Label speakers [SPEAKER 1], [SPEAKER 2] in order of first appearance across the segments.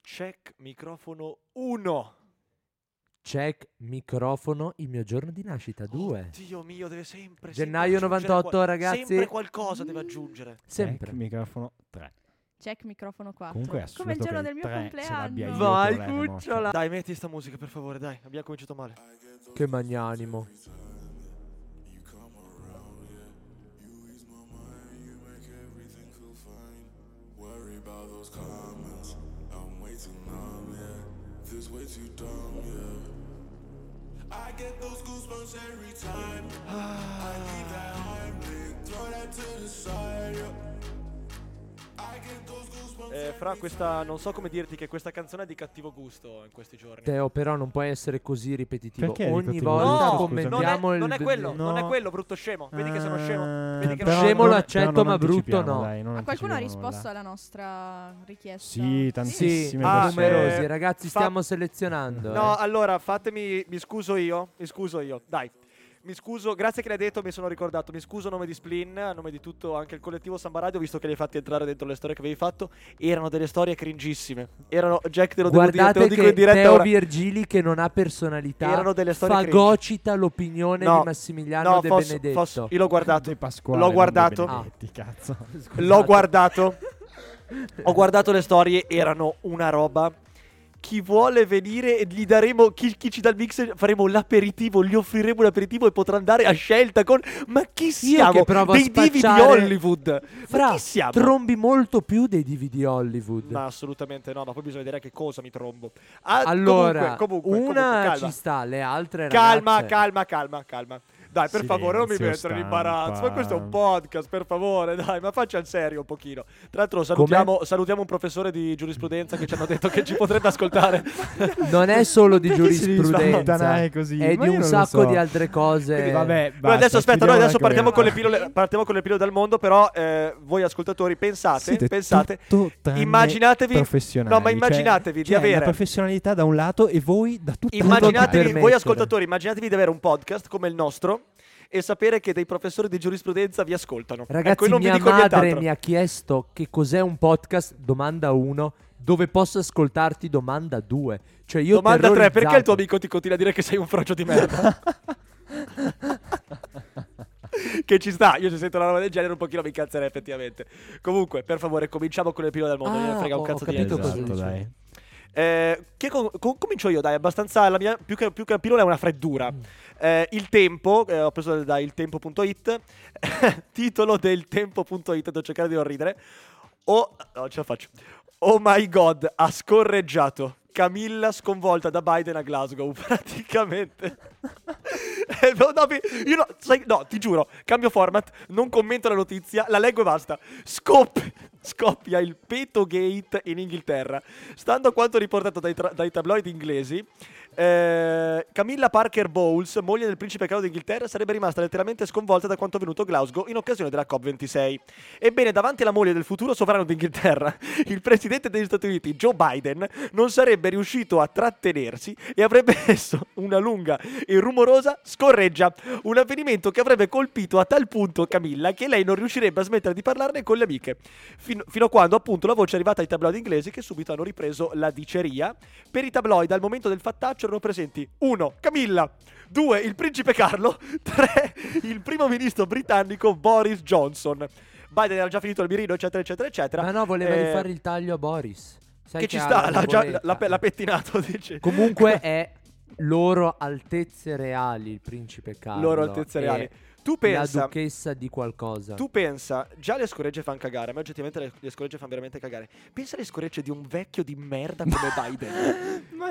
[SPEAKER 1] Check microfono 1.
[SPEAKER 2] Check microfono, il mio giorno di nascita
[SPEAKER 1] Oh,
[SPEAKER 2] 2.
[SPEAKER 1] Dio mio, deve sempre sempre
[SPEAKER 2] Gennaio
[SPEAKER 1] aggiungere
[SPEAKER 2] 98,
[SPEAKER 1] qual-
[SPEAKER 2] ragazzi.
[SPEAKER 1] Sempre qualcosa deve aggiungere.
[SPEAKER 2] Sempre.
[SPEAKER 3] Check, microfono 3.
[SPEAKER 4] Check microfono 4.
[SPEAKER 3] Comunque è
[SPEAKER 4] Come il
[SPEAKER 3] assurdo
[SPEAKER 4] giorno
[SPEAKER 3] che
[SPEAKER 4] del mio
[SPEAKER 3] tre ce l'abbia
[SPEAKER 4] compleanno.
[SPEAKER 3] io.
[SPEAKER 2] Vai,
[SPEAKER 3] Io con la
[SPEAKER 2] cucciola.
[SPEAKER 1] Dai, metti sta musica, per favore, dai. Abbiamo cominciato male.
[SPEAKER 2] Che magnanimo.
[SPEAKER 1] Eh, fra questa, non so come dirti che questa canzone è di cattivo gusto in questi giorni.
[SPEAKER 2] Teo, però non puoi essere così ripetitivo.
[SPEAKER 3] Perché
[SPEAKER 2] Ogni
[SPEAKER 3] ripetitivo?
[SPEAKER 2] volta
[SPEAKER 3] No,
[SPEAKER 1] non è,
[SPEAKER 2] commentiamo il
[SPEAKER 1] non è quello,
[SPEAKER 3] No.
[SPEAKER 1] non è quello, brutto scemo. Vedi che
[SPEAKER 4] Eh,
[SPEAKER 1] sono scemo. Vedi che
[SPEAKER 2] Eh, però-
[SPEAKER 1] sono
[SPEAKER 2] Scemo
[SPEAKER 3] non-
[SPEAKER 2] lo accetto,
[SPEAKER 3] però non
[SPEAKER 2] ma brutto
[SPEAKER 3] anticipiamo,
[SPEAKER 2] no.
[SPEAKER 3] dai, non
[SPEAKER 4] Ma qualcuno ha
[SPEAKER 3] anticipiamo
[SPEAKER 4] risposto
[SPEAKER 3] nulla.
[SPEAKER 4] alla nostra richiesta?
[SPEAKER 3] Sì, tantissimi.
[SPEAKER 2] Sì,
[SPEAKER 3] Tantissime
[SPEAKER 1] Ah,
[SPEAKER 3] persone.
[SPEAKER 2] numerosi.
[SPEAKER 1] eh,
[SPEAKER 2] Ragazzi,
[SPEAKER 1] fa-
[SPEAKER 2] stiamo selezionando.
[SPEAKER 1] No, ah,
[SPEAKER 2] eh.
[SPEAKER 1] allora fatemi, mi scuso io, mi scuso io, dai. Mi scuso, grazie che l'hai detto, mi sono ricordato. Mi scuso a nome di Splin, a nome di tutto anche il collettivo Samba Radio, visto che li hai fatti entrare dentro le storie che avevi fatto. Erano delle storie cringissime. Erano, Jack, te lo devo dire, te
[SPEAKER 2] Guardate
[SPEAKER 1] lo dico
[SPEAKER 2] che
[SPEAKER 1] in diretta
[SPEAKER 2] Teo
[SPEAKER 1] ora.
[SPEAKER 2] Virgili, che non ha personalità,
[SPEAKER 1] Erano delle storie
[SPEAKER 2] fagocita l'opinione
[SPEAKER 1] No,
[SPEAKER 2] di Massimiliano
[SPEAKER 1] no,
[SPEAKER 2] De
[SPEAKER 1] Fosso-
[SPEAKER 2] Benedetto.
[SPEAKER 1] Fosso, io l'ho guardato.
[SPEAKER 3] De Pasquale,
[SPEAKER 1] L'ho
[SPEAKER 3] non De
[SPEAKER 1] guardato.
[SPEAKER 3] Benedetti, cazzo.
[SPEAKER 2] Esatto.
[SPEAKER 1] L'ho guardato. Ho guardato le storie, erano una roba. Chi vuole venire, gli daremo. Chi, chi ci dà il mix, faremo l'aperitivo. Gli offriremo l'aperitivo e potrà andare a scelta con. Ma chi siamo?
[SPEAKER 2] che provo a
[SPEAKER 1] Dei divi di
[SPEAKER 2] spacciare-
[SPEAKER 1] Hollywood. ma
[SPEAKER 2] Fra,
[SPEAKER 1] chi siamo?
[SPEAKER 2] trombi molto più dei DVD Hollywood.
[SPEAKER 1] Ma assolutamente no, ma poi bisogna vedere a che cosa mi trombo. Ah,
[SPEAKER 2] allora,
[SPEAKER 1] comunque, comunque,
[SPEAKER 2] una
[SPEAKER 1] comunque, calma.
[SPEAKER 2] ci sta, le altre
[SPEAKER 3] Cioè,
[SPEAKER 1] Calma,
[SPEAKER 2] ragazze.
[SPEAKER 1] calma, calma, calma. Dai, per favore, non mi
[SPEAKER 3] Silenzio,
[SPEAKER 1] mettere in imbarazzo. Ma
[SPEAKER 3] stampa.
[SPEAKER 1] questo è un podcast, per favore, dai, ma faccia il serio un pochino. Tra l'altro, salutiamo, salutiamo un professore di giurisprudenza che ci hanno detto che ci potrebbe ascoltare.
[SPEAKER 2] Non è solo di
[SPEAKER 3] Perché si
[SPEAKER 2] giurisprudenza,
[SPEAKER 1] eh,
[SPEAKER 3] spantanai così?
[SPEAKER 2] è
[SPEAKER 3] Ma
[SPEAKER 2] di
[SPEAKER 3] io
[SPEAKER 2] un
[SPEAKER 3] non lo
[SPEAKER 2] sacco
[SPEAKER 3] so.
[SPEAKER 2] di altre cose.
[SPEAKER 3] Quindi vabbè,
[SPEAKER 1] Noi adesso,
[SPEAKER 3] basta,
[SPEAKER 1] aspetta, noi
[SPEAKER 3] chiudiamola
[SPEAKER 1] adesso
[SPEAKER 3] con
[SPEAKER 1] partiamo con, le
[SPEAKER 3] questa.
[SPEAKER 1] pillole, partiamo con le pillole del mondo, però eh, voi ascoltatori pensate,
[SPEAKER 3] Siete
[SPEAKER 1] pensate,
[SPEAKER 3] tutto tranne
[SPEAKER 1] immaginatevi-
[SPEAKER 3] professionali.
[SPEAKER 1] no, ma immaginatevi
[SPEAKER 3] Cioè-
[SPEAKER 1] di
[SPEAKER 3] cioè,
[SPEAKER 1] avere-
[SPEAKER 3] la professionalità da un lato e voi da tutto
[SPEAKER 1] Immaginatevi, voi
[SPEAKER 2] permettere.
[SPEAKER 1] ascoltatori, immaginatevi di avere un podcast come il nostro e sapere che dei professori di giurisprudenza vi ascoltano.
[SPEAKER 2] Ragazzi,
[SPEAKER 1] ecco, io non vi
[SPEAKER 2] mia
[SPEAKER 1] dico
[SPEAKER 2] madre
[SPEAKER 1] nient'altro.
[SPEAKER 2] mi ha chiesto che cos'è un podcast, domanda 1, dove posso ascoltarti, domanda 2. Cioè io
[SPEAKER 1] Domanda 3, perché il tuo
[SPEAKER 2] terrorizzato.
[SPEAKER 1] amico ti continua a dire che sei un frocio di merda? che ci sta, io se sento una roba del genere un pochino mi incazzerei effettivamente. Comunque, per favore, cominciamo con le pillole del mondo,
[SPEAKER 2] Ah,
[SPEAKER 1] gliene frega un
[SPEAKER 2] ho-
[SPEAKER 1] cazzo
[SPEAKER 2] ho
[SPEAKER 1] di
[SPEAKER 2] capito
[SPEAKER 1] niente.
[SPEAKER 2] cosa
[SPEAKER 3] Esatto,
[SPEAKER 2] dici.
[SPEAKER 3] dai.
[SPEAKER 1] Eh, che co- co- comincio io, dai, abbastanza la mia, più che, più che una pillola è una freddura. Eh, il tempo, eh, ho preso da iltempo.it, titolo del tempo.it, devo cercare di non ridere. Oh, no, ce la faccio. Oh my god, ha scorreggiato. Camilla sconvolta da Biden a Glasgow, praticamente. Eh, no, no, mi- io no, sai- no, ti giuro, cambio format, non commento la notizia, la leggo e basta. Scop- scoppia il peto gate in Inghilterra. Stando a quanto riportato dai, tra- dai tabloid inglesi, eh, Camilla Parker Bowles, moglie del principe Carlo d'Inghilterra, sarebbe rimasta letteralmente sconvolta da quanto avvenuto a Glasgow in occasione della COP26. Ebbene, davanti alla moglie del futuro sovrano d'Inghilterra, il presidente degli Stati Uniti, Joe Biden, non sarebbe riuscito a trattenersi e avrebbe messo una lunga e rumorosa scorreggia. Un avvenimento che avrebbe colpito a tal punto Camilla che lei non riuscirebbe a smettere di parlarne con le amiche. Fin- fino a quando, appunto, la voce è arrivata ai tabloid inglesi che subito hanno ripreso la diceria. Per i tabloid, al momento del fattaccio, erano presenti 1. Camilla. 2. Il principe Carlo. 3. Il primo ministro britannico Boris Johnson. Biden era già finito il mirino, eccetera, eccetera, eccetera.
[SPEAKER 2] Ma no, voleva
[SPEAKER 1] Eh,
[SPEAKER 2] rifare il taglio a Boris. Sai
[SPEAKER 1] Che ci
[SPEAKER 2] ha
[SPEAKER 1] sta,
[SPEAKER 2] la
[SPEAKER 1] l'ha, già,
[SPEAKER 2] nuvoletta.
[SPEAKER 1] l'ha pe- l'ha pettinato, dice.
[SPEAKER 2] Comunque è loro altezze reali il principe Carlo.
[SPEAKER 1] Loro altezze
[SPEAKER 2] e
[SPEAKER 1] reali. Tu
[SPEAKER 2] La
[SPEAKER 1] pensa,
[SPEAKER 2] duchessa di qualcosa.
[SPEAKER 1] tu pensa, già le scoregge fanno cagare, ma oggettivamente le, le scoregge fanno veramente cagare. Pensa alle scoregge di un vecchio di merda come Biden.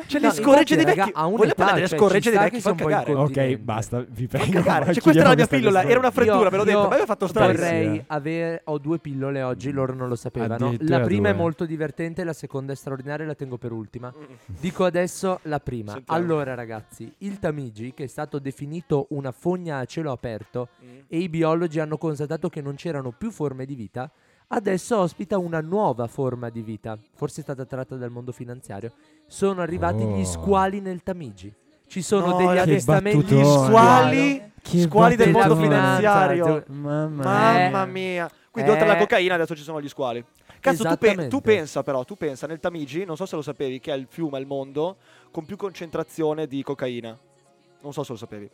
[SPEAKER 1] Cioè le
[SPEAKER 2] No,
[SPEAKER 1] scoregge
[SPEAKER 2] infatti,
[SPEAKER 1] dei
[SPEAKER 2] raga,
[SPEAKER 1] vecchi,
[SPEAKER 2] ha un'età,
[SPEAKER 1] voglio parlare delle
[SPEAKER 2] cioè,
[SPEAKER 1] scoregge
[SPEAKER 2] ci
[SPEAKER 1] dei
[SPEAKER 2] sta
[SPEAKER 1] vecchi,
[SPEAKER 2] che
[SPEAKER 1] fanno
[SPEAKER 2] sia un po'
[SPEAKER 1] cagare.
[SPEAKER 2] in
[SPEAKER 3] Ok,
[SPEAKER 2] continente.
[SPEAKER 3] basta, vi
[SPEAKER 1] Fa
[SPEAKER 3] prego.
[SPEAKER 1] cagare.
[SPEAKER 3] ma
[SPEAKER 1] Cioè, questa era la mia
[SPEAKER 3] chiudiamo questa
[SPEAKER 1] pillola, era una
[SPEAKER 3] storia.
[SPEAKER 1] freddura, ve l'ho detto,
[SPEAKER 2] io
[SPEAKER 1] ma mi aveva fatto strano.
[SPEAKER 2] Vorrei
[SPEAKER 3] Sì. eh. Mm.
[SPEAKER 2] avere, ho due pillole oggi, loro non lo sapevano. La
[SPEAKER 3] Addirittura
[SPEAKER 2] prima è
[SPEAKER 3] due.
[SPEAKER 2] molto divertente, la seconda è straordinaria, la tengo per ultima. Dico adesso la prima.
[SPEAKER 1] Mm. Sentiamo.
[SPEAKER 2] Allora ragazzi, il Tamigi, che è stato definito una fogna a cielo aperto,
[SPEAKER 1] Mm.
[SPEAKER 2] e i biologi hanno constatato che non c'erano più forme di vita, adesso ospita una nuova forma di vita, forse è stata tratta dal mondo finanziario. Sono arrivati
[SPEAKER 3] Oh.
[SPEAKER 2] gli squali nel Tamigi. Ci sono
[SPEAKER 1] No,
[SPEAKER 2] degli
[SPEAKER 1] che
[SPEAKER 2] avestamenti
[SPEAKER 1] Gli
[SPEAKER 3] battutone.
[SPEAKER 2] di
[SPEAKER 1] squali,
[SPEAKER 3] Che
[SPEAKER 1] squali del
[SPEAKER 3] battutone.
[SPEAKER 1] mondo finanziario.
[SPEAKER 2] Gio-
[SPEAKER 3] Mamma
[SPEAKER 1] Mamma
[SPEAKER 2] Eh.
[SPEAKER 1] mia. Quindi oltre alla
[SPEAKER 2] Eh.
[SPEAKER 1] cocaina adesso ci sono gli squali. Che Cazzo, tu, pe-
[SPEAKER 2] Esattamente.
[SPEAKER 1] tu pensa però, tu pensa nel Tamigi, non so se lo sapevi, che è il fiume al mondo con più concentrazione di cocaina. Non so se lo sapevi.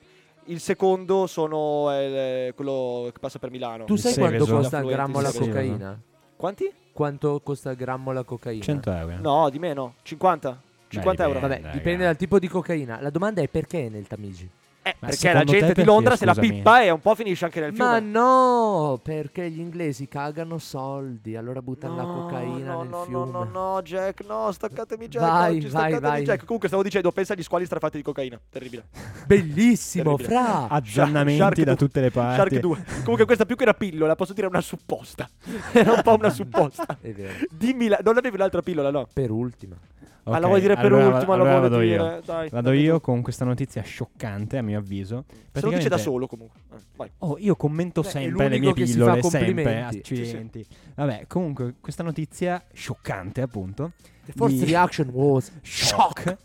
[SPEAKER 1] Il secondo sono eh, quello che passa per Milano.
[SPEAKER 2] Tu
[SPEAKER 3] Il
[SPEAKER 2] sai
[SPEAKER 3] Seveso.
[SPEAKER 2] quanto costa il
[SPEAKER 1] L'affluente
[SPEAKER 2] grammo
[SPEAKER 1] di
[SPEAKER 2] la
[SPEAKER 1] Seveso.
[SPEAKER 2] cocaina?
[SPEAKER 1] Quanti?
[SPEAKER 2] Quanto costa il grammo la cocaina?
[SPEAKER 3] 100 euro.
[SPEAKER 1] No, di meno. 50. 50 euro.
[SPEAKER 2] Vabbè,
[SPEAKER 3] Dai,
[SPEAKER 2] dipende
[SPEAKER 3] raga.
[SPEAKER 2] dal tipo di cocaina. La domanda è perché è nel Tamigi?
[SPEAKER 1] Eh,
[SPEAKER 3] Ma
[SPEAKER 1] perché
[SPEAKER 3] secondo
[SPEAKER 1] la
[SPEAKER 3] te
[SPEAKER 1] gente di
[SPEAKER 3] perché,
[SPEAKER 1] Londra se la
[SPEAKER 3] scusami?
[SPEAKER 1] pippa e un po' finisce anche nel
[SPEAKER 2] Ma
[SPEAKER 1] fiume.
[SPEAKER 2] no, perché gli inglesi cagano soldi, allora buttano la
[SPEAKER 1] No,
[SPEAKER 2] cocaina
[SPEAKER 1] no,
[SPEAKER 2] nel
[SPEAKER 1] no,
[SPEAKER 2] fiume.
[SPEAKER 1] No, no, no, Jack, no, staccatemi Jack,
[SPEAKER 2] Vai,
[SPEAKER 1] oggi,
[SPEAKER 2] vai,
[SPEAKER 1] staccatemi
[SPEAKER 2] vai.
[SPEAKER 1] Jack. Comunque stavo dicendo, pensa agli squali strafatti di cocaina, terribile.
[SPEAKER 2] Bellissimo,
[SPEAKER 1] Terribile.
[SPEAKER 2] fra.
[SPEAKER 3] Aggiornamenti
[SPEAKER 1] Shark
[SPEAKER 3] Ah, da
[SPEAKER 1] due.
[SPEAKER 3] tutte le parti.
[SPEAKER 1] Shark 2. Comunque questa più che una pillola, posso dire una supposta. Era un po' una supposta.
[SPEAKER 2] È vero.
[SPEAKER 1] Dimmi, la- non avevi un'altra pillola, no?
[SPEAKER 2] Per ultima.
[SPEAKER 1] Ma la
[SPEAKER 3] Ok,
[SPEAKER 1] vuoi dire per
[SPEAKER 3] allora,
[SPEAKER 1] ultima,
[SPEAKER 3] allora
[SPEAKER 1] la vuoi
[SPEAKER 3] vado
[SPEAKER 1] dire.
[SPEAKER 3] io.
[SPEAKER 1] Dai,
[SPEAKER 3] Vado
[SPEAKER 1] dammi
[SPEAKER 3] io
[SPEAKER 1] tu.
[SPEAKER 3] con questa notizia scioccante, a mio avviso.
[SPEAKER 1] Se lo dice da
[SPEAKER 3] Praticamente-
[SPEAKER 1] solo comunque. Eh, vai.
[SPEAKER 3] Oh, io commento
[SPEAKER 2] Beh, è
[SPEAKER 3] sempre le mie
[SPEAKER 2] l'unico che si fa
[SPEAKER 3] pillole, sempre,
[SPEAKER 2] complimenti.
[SPEAKER 3] accidenti. Vabbè, comunque, questa notizia scioccante, appunto,
[SPEAKER 2] The first
[SPEAKER 3] Di-
[SPEAKER 2] reaction was
[SPEAKER 3] shock,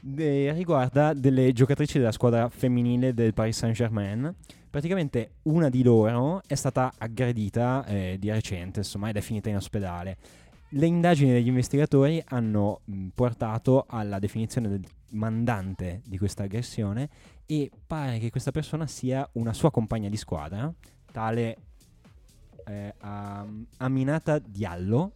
[SPEAKER 3] de- riguarda delle giocatrici della squadra femminile del Paris Saint-Germain. Praticamente una di loro è stata aggredita eh, di recente, insomma, ed è finita in ospedale. Le indagini degli investigatori hanno mh, portato alla definizione del mandante di questa aggressione e pare che questa persona sia una sua compagna di squadra, tale eh, Am- Aminata Diallo,